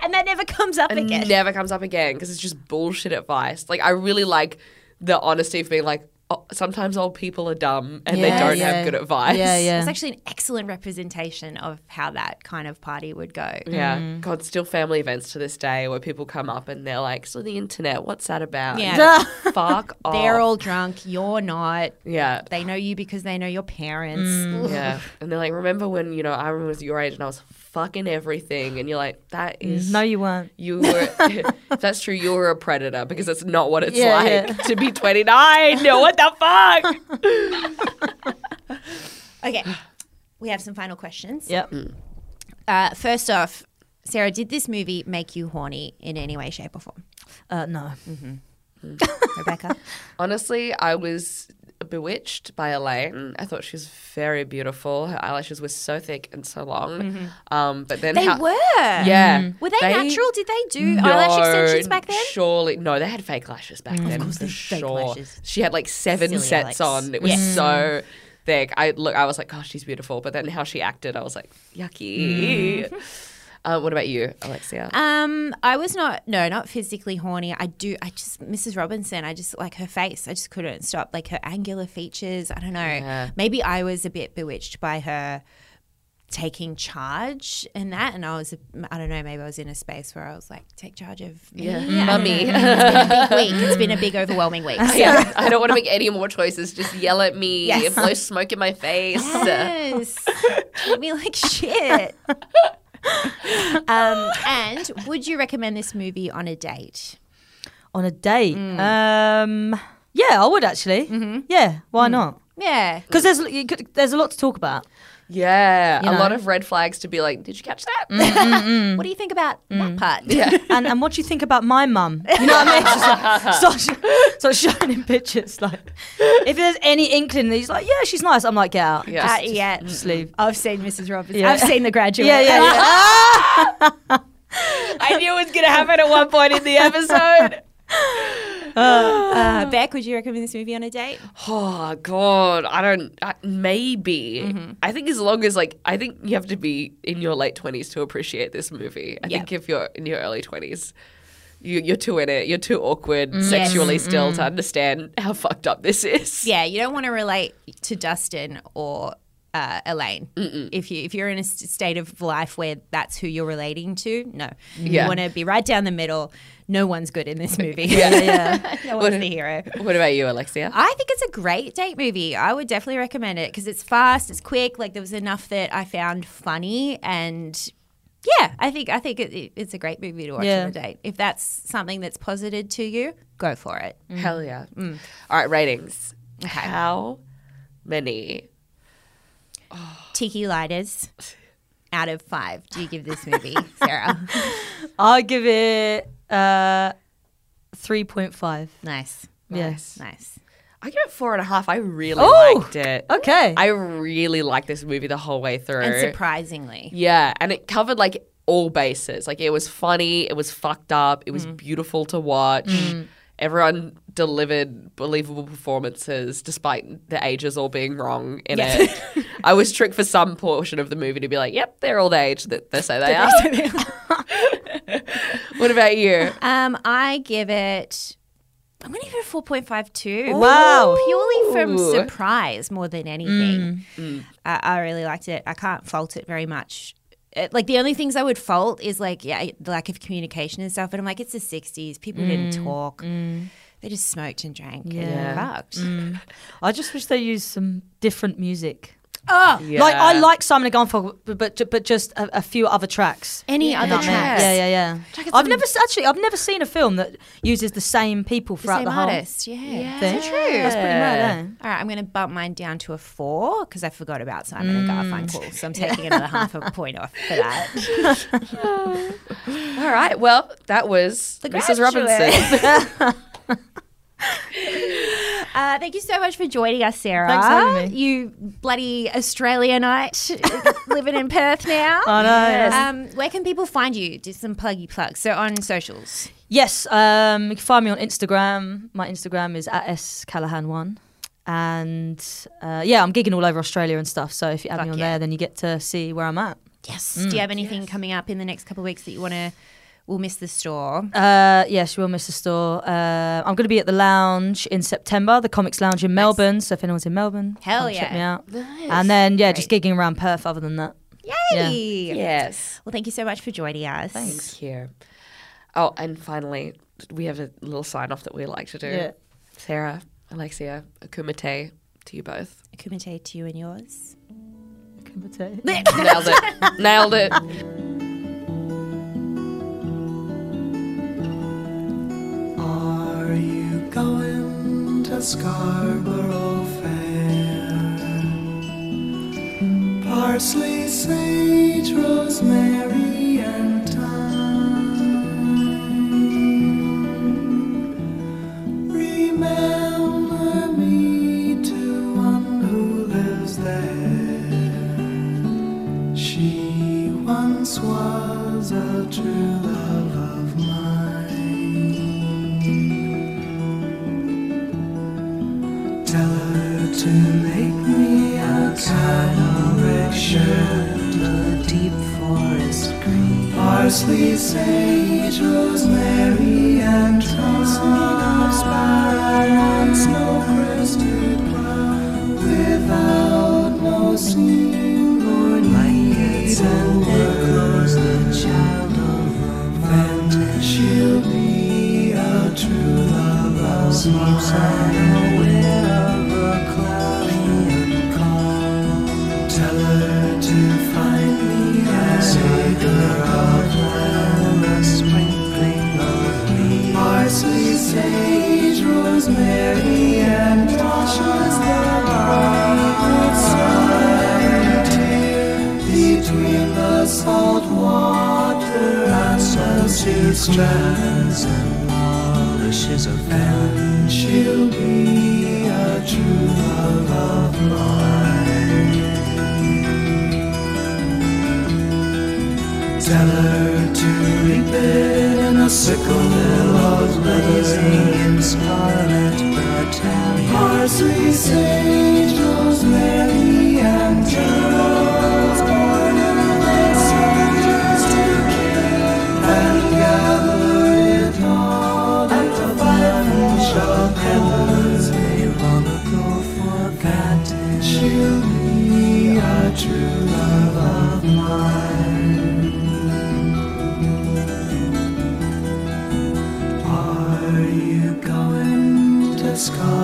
[SPEAKER 2] And that never comes up
[SPEAKER 6] and
[SPEAKER 2] again.
[SPEAKER 6] never comes up again because it's just bullshit advice. Like I really like the honesty of being like, oh, sometimes old people are dumb and they
[SPEAKER 7] Yeah,
[SPEAKER 6] don't
[SPEAKER 7] yeah.
[SPEAKER 6] have good advice.
[SPEAKER 7] Yeah, yeah.
[SPEAKER 2] It's actually an excellent representation of how that kind of party would go.
[SPEAKER 6] *laughs* Yeah,
[SPEAKER 7] Mm-hmm.
[SPEAKER 6] God, still family events to this day where people come up and they're like, "So the internet, what's that about?"
[SPEAKER 2] Yeah.
[SPEAKER 6] And
[SPEAKER 7] *laughs*
[SPEAKER 6] you're like, fuck off.
[SPEAKER 2] They're all drunk, you're not.
[SPEAKER 7] *laughs*
[SPEAKER 6] yeah,
[SPEAKER 2] They know you because they know your parents.
[SPEAKER 6] Mm. yeah. And they're like, "Remember when you know I was your age and I was fucking everything?" And you're like, "That is
[SPEAKER 7] Mm, No, you weren't.
[SPEAKER 6] You were, *laughs* if that's true, you were a predator because that's not what it's
[SPEAKER 7] Yeah,
[SPEAKER 6] like
[SPEAKER 7] yeah.
[SPEAKER 6] *laughs* to be 29. No, what the
[SPEAKER 7] *laughs*
[SPEAKER 6] fuck?
[SPEAKER 2] Okay, *gasps* we have some final questions.
[SPEAKER 7] Yep.
[SPEAKER 2] Uh, first off, Sarah, did this movie make you horny in any way, shape, or form?
[SPEAKER 7] Uh, no.
[SPEAKER 2] Rebecca?
[SPEAKER 6] Honestly, I was bewitched by Elaine. I thought she was very beautiful. Her eyelashes were so thick and so long. Um, but then
[SPEAKER 2] They
[SPEAKER 6] how-
[SPEAKER 2] were.
[SPEAKER 6] Yeah.
[SPEAKER 2] Were they, natural? Did they do eyelash extensions
[SPEAKER 6] No,
[SPEAKER 2] back then?
[SPEAKER 6] Surely, no. They had fake lashes back then. Of course, they sure. She had like seven
[SPEAKER 2] Silly
[SPEAKER 6] sets
[SPEAKER 2] Alex.
[SPEAKER 6] on. It was
[SPEAKER 2] Yeah.
[SPEAKER 6] so thick. I look. I was like, gosh, she's beautiful. But then how she acted, I was like, yucky. Uh, what about you, Alexia?
[SPEAKER 2] Um, I was not no, not physically horny. I do I just Mrs. Robinson, I just like her face. I just couldn't stop like her angular features. I don't know.
[SPEAKER 6] Yeah.
[SPEAKER 2] Maybe I was a bit bewitched by her taking charge and that and I was I don't know, maybe I was in a space where I was like take charge of me.
[SPEAKER 6] Yeah.
[SPEAKER 2] I don't
[SPEAKER 6] Mummy.
[SPEAKER 2] know. It's been a
[SPEAKER 6] *laughs*
[SPEAKER 2] big week. It's been a big overwhelming week. So-
[SPEAKER 6] yeah, *laughs* I don't want to make any more choices. Just yell at me,
[SPEAKER 2] Yes.
[SPEAKER 6] blow smoke in my face.
[SPEAKER 2] Yes. Treat me like shit. um, and would you recommend this movie on a date?
[SPEAKER 7] On a date?
[SPEAKER 2] Mm.
[SPEAKER 7] Um, yeah, I would actually.
[SPEAKER 2] Mm-hmm.
[SPEAKER 7] Yeah,
[SPEAKER 2] Mm.
[SPEAKER 7] why not?
[SPEAKER 2] Yeah.
[SPEAKER 7] Because there's you could- there's a lot to
[SPEAKER 2] *laughs*
[SPEAKER 7] talk about.
[SPEAKER 6] Yeah,
[SPEAKER 7] You
[SPEAKER 6] a lot
[SPEAKER 7] know?
[SPEAKER 6] of red flags to be like, did you catch that? *laughs*
[SPEAKER 2] What do you think about that part?
[SPEAKER 7] and and what do you think about my mum? You know what I mean?
[SPEAKER 2] *laughs*
[SPEAKER 7] It's just like, start, sh- start showing him pictures. Like, if there's any inkling that he's like, yeah, she's nice, I'm like, get out.
[SPEAKER 6] Yeah.
[SPEAKER 2] Uh,
[SPEAKER 7] Just-
[SPEAKER 2] yeah. Mm-hmm.
[SPEAKER 7] just leave.
[SPEAKER 2] I've seen Mrs. Robinson.
[SPEAKER 7] Yeah.
[SPEAKER 2] I've seen The Graduate.
[SPEAKER 7] Yeah, yeah,
[SPEAKER 2] *laughs*
[SPEAKER 7] yeah.
[SPEAKER 6] I knew it was gonna happen at one point in *laughs* the episode.
[SPEAKER 2] Uh, Beck, would you recommend this movie on a date?
[SPEAKER 6] Oh God, I don't. I, maybe I think as long as like I think you have to be in your late twenties to appreciate this movie. I think if you're in your early twenties, you, you're too in it. You're too awkward sexually still to understand how fucked up this is.
[SPEAKER 2] Yeah, you don't want to relate to Dustin or uh, Elaine. If you if you're in a s- state of life where that's who you're relating to, no,
[SPEAKER 6] Yeah.
[SPEAKER 2] you want to be right down the middle. No one's good *laughs* in this movie. yeah, yeah. *laughs* no one's the hero.
[SPEAKER 6] *laughs* What about you, Alexia?
[SPEAKER 2] I think it's a great date movie. I would definitely recommend it because it's fast, it's quick. Like there was enough that I found funny, and yeah, I think I think it, it- it's a great movie to watch
[SPEAKER 7] Yeah.
[SPEAKER 2] on a date. If that's something that's posited to you, go for it.
[SPEAKER 6] Hell yeah. All right, ratings. How many?
[SPEAKER 2] Tiki lighters. Out of five, do you give this movie, Sarah?
[SPEAKER 7] I give it uh, 3.5.
[SPEAKER 2] nice,
[SPEAKER 7] Yes.
[SPEAKER 2] nice.
[SPEAKER 6] I give it four and a half. I really
[SPEAKER 7] Oh!
[SPEAKER 6] liked it.
[SPEAKER 7] Okay.
[SPEAKER 6] I really liked this movie the whole way through.
[SPEAKER 2] And surprisingly,
[SPEAKER 6] Yeah, and it covered like all bases. Like it was funny, it was fucked up, it was beautiful to watch. Everyone delivered believable performances despite the ages all being wrong in *laughs* it. I was tricked for some portion of the movie to be like, yep, they're all the age that they say they are. *laughs* what about you?
[SPEAKER 2] um, I give it. I'm gonna give it a four point five two.
[SPEAKER 7] Wow.
[SPEAKER 2] purely from
[SPEAKER 6] Ooh.
[SPEAKER 2] surprise more than anything.
[SPEAKER 7] Mm.
[SPEAKER 2] I, I really liked it. I can't fault it very much. It- like the only things I would fault is like yeah, the lack of communication and stuff. But I'm like, it's the '60s. People didn't talk. They just smoked and drank and fucked.
[SPEAKER 7] I just wish they used some different music.
[SPEAKER 2] Ah!
[SPEAKER 6] Yeah.
[SPEAKER 7] Like, I like Simon and Garfunkel, but, but, but just a, a few other tracks.
[SPEAKER 2] Any other
[SPEAKER 7] Yeah,
[SPEAKER 2] tracks?
[SPEAKER 7] Yeah, yeah, yeah. I've never s- actually I've never seen a film that uses the same people throughout
[SPEAKER 2] Same
[SPEAKER 7] the whole
[SPEAKER 2] artist. Yeah.
[SPEAKER 7] thing. That's pretty rare, eh?
[SPEAKER 2] All right, I'm going to bump mine down to a four because I forgot about Simon and Garfunkel.
[SPEAKER 7] Mm.
[SPEAKER 2] So I'm taking another half a point off for
[SPEAKER 7] *laughs*
[SPEAKER 2] that.
[SPEAKER 6] All right, well, that was Mrs. Robinson.
[SPEAKER 2] Uh, thank you so much for joining us, Sarah.
[SPEAKER 7] Thanks for having me.
[SPEAKER 2] You bloody Australianite living in Perth now.
[SPEAKER 7] I know, yes.
[SPEAKER 2] Um, where can people find you? Do some pluggy plugs. So on socials.
[SPEAKER 7] Yes, um, you can find me on Instagram. My Instagram is at scallahan1. And uh, yeah, I'm gigging all over Australia and stuff. So if you add me on there, then you get to see where I'm at.
[SPEAKER 2] Yes. Do
[SPEAKER 7] Mm.
[SPEAKER 2] you have anything coming up in the next couple of weeks that you want to? We'll miss the store.
[SPEAKER 7] Uh, yes, you will miss the store. Uh, I'm going to be at the lounge in September, the Comics Lounge in Melbourne. So if anyone's in Melbourne,
[SPEAKER 2] Hell
[SPEAKER 7] come check
[SPEAKER 2] yeah.
[SPEAKER 7] me out. And then yeah, just gigging around Perth. Other than that,
[SPEAKER 2] Yay!
[SPEAKER 6] yes.
[SPEAKER 2] Well, thank you so much for joining us. Thanks.
[SPEAKER 6] Here. Oh, and finally, we have a little sign off that we like to do.
[SPEAKER 7] Yeah.
[SPEAKER 6] Sarah, Alexia, Akumite, to you both.
[SPEAKER 2] Kumite to you and yours.
[SPEAKER 6] Nailed it. Nailed it.
[SPEAKER 8] Are you going to Scarborough Fair? Parsley, sage, rosemary, and thyme. to make me a kind of red shirt, a deep forest green. Parsley, sage, rosemary, and thyme. of spiral and snow crested cloud. Without no seam or lights and echoes, the child of fantasy. She'll be a true love of Sleeps on the wing of a cloudy and calm. Tell her to find me and take her out and a sprinkling of leaves. Parsley, sage, rosemary, and Tasha's the dark side. Between the salt water and the sea strands and polishes of fan, she'll be a true love of mine. Tell her to reap it in a sickle of blazing in scarlet battalion. Parsley, sage, rosemary, and geraniums born in the soldiers to kill and gather it all at the firefish of heavens they long ago forgotten. She'll be a true love of mine. Are you going to Scotland?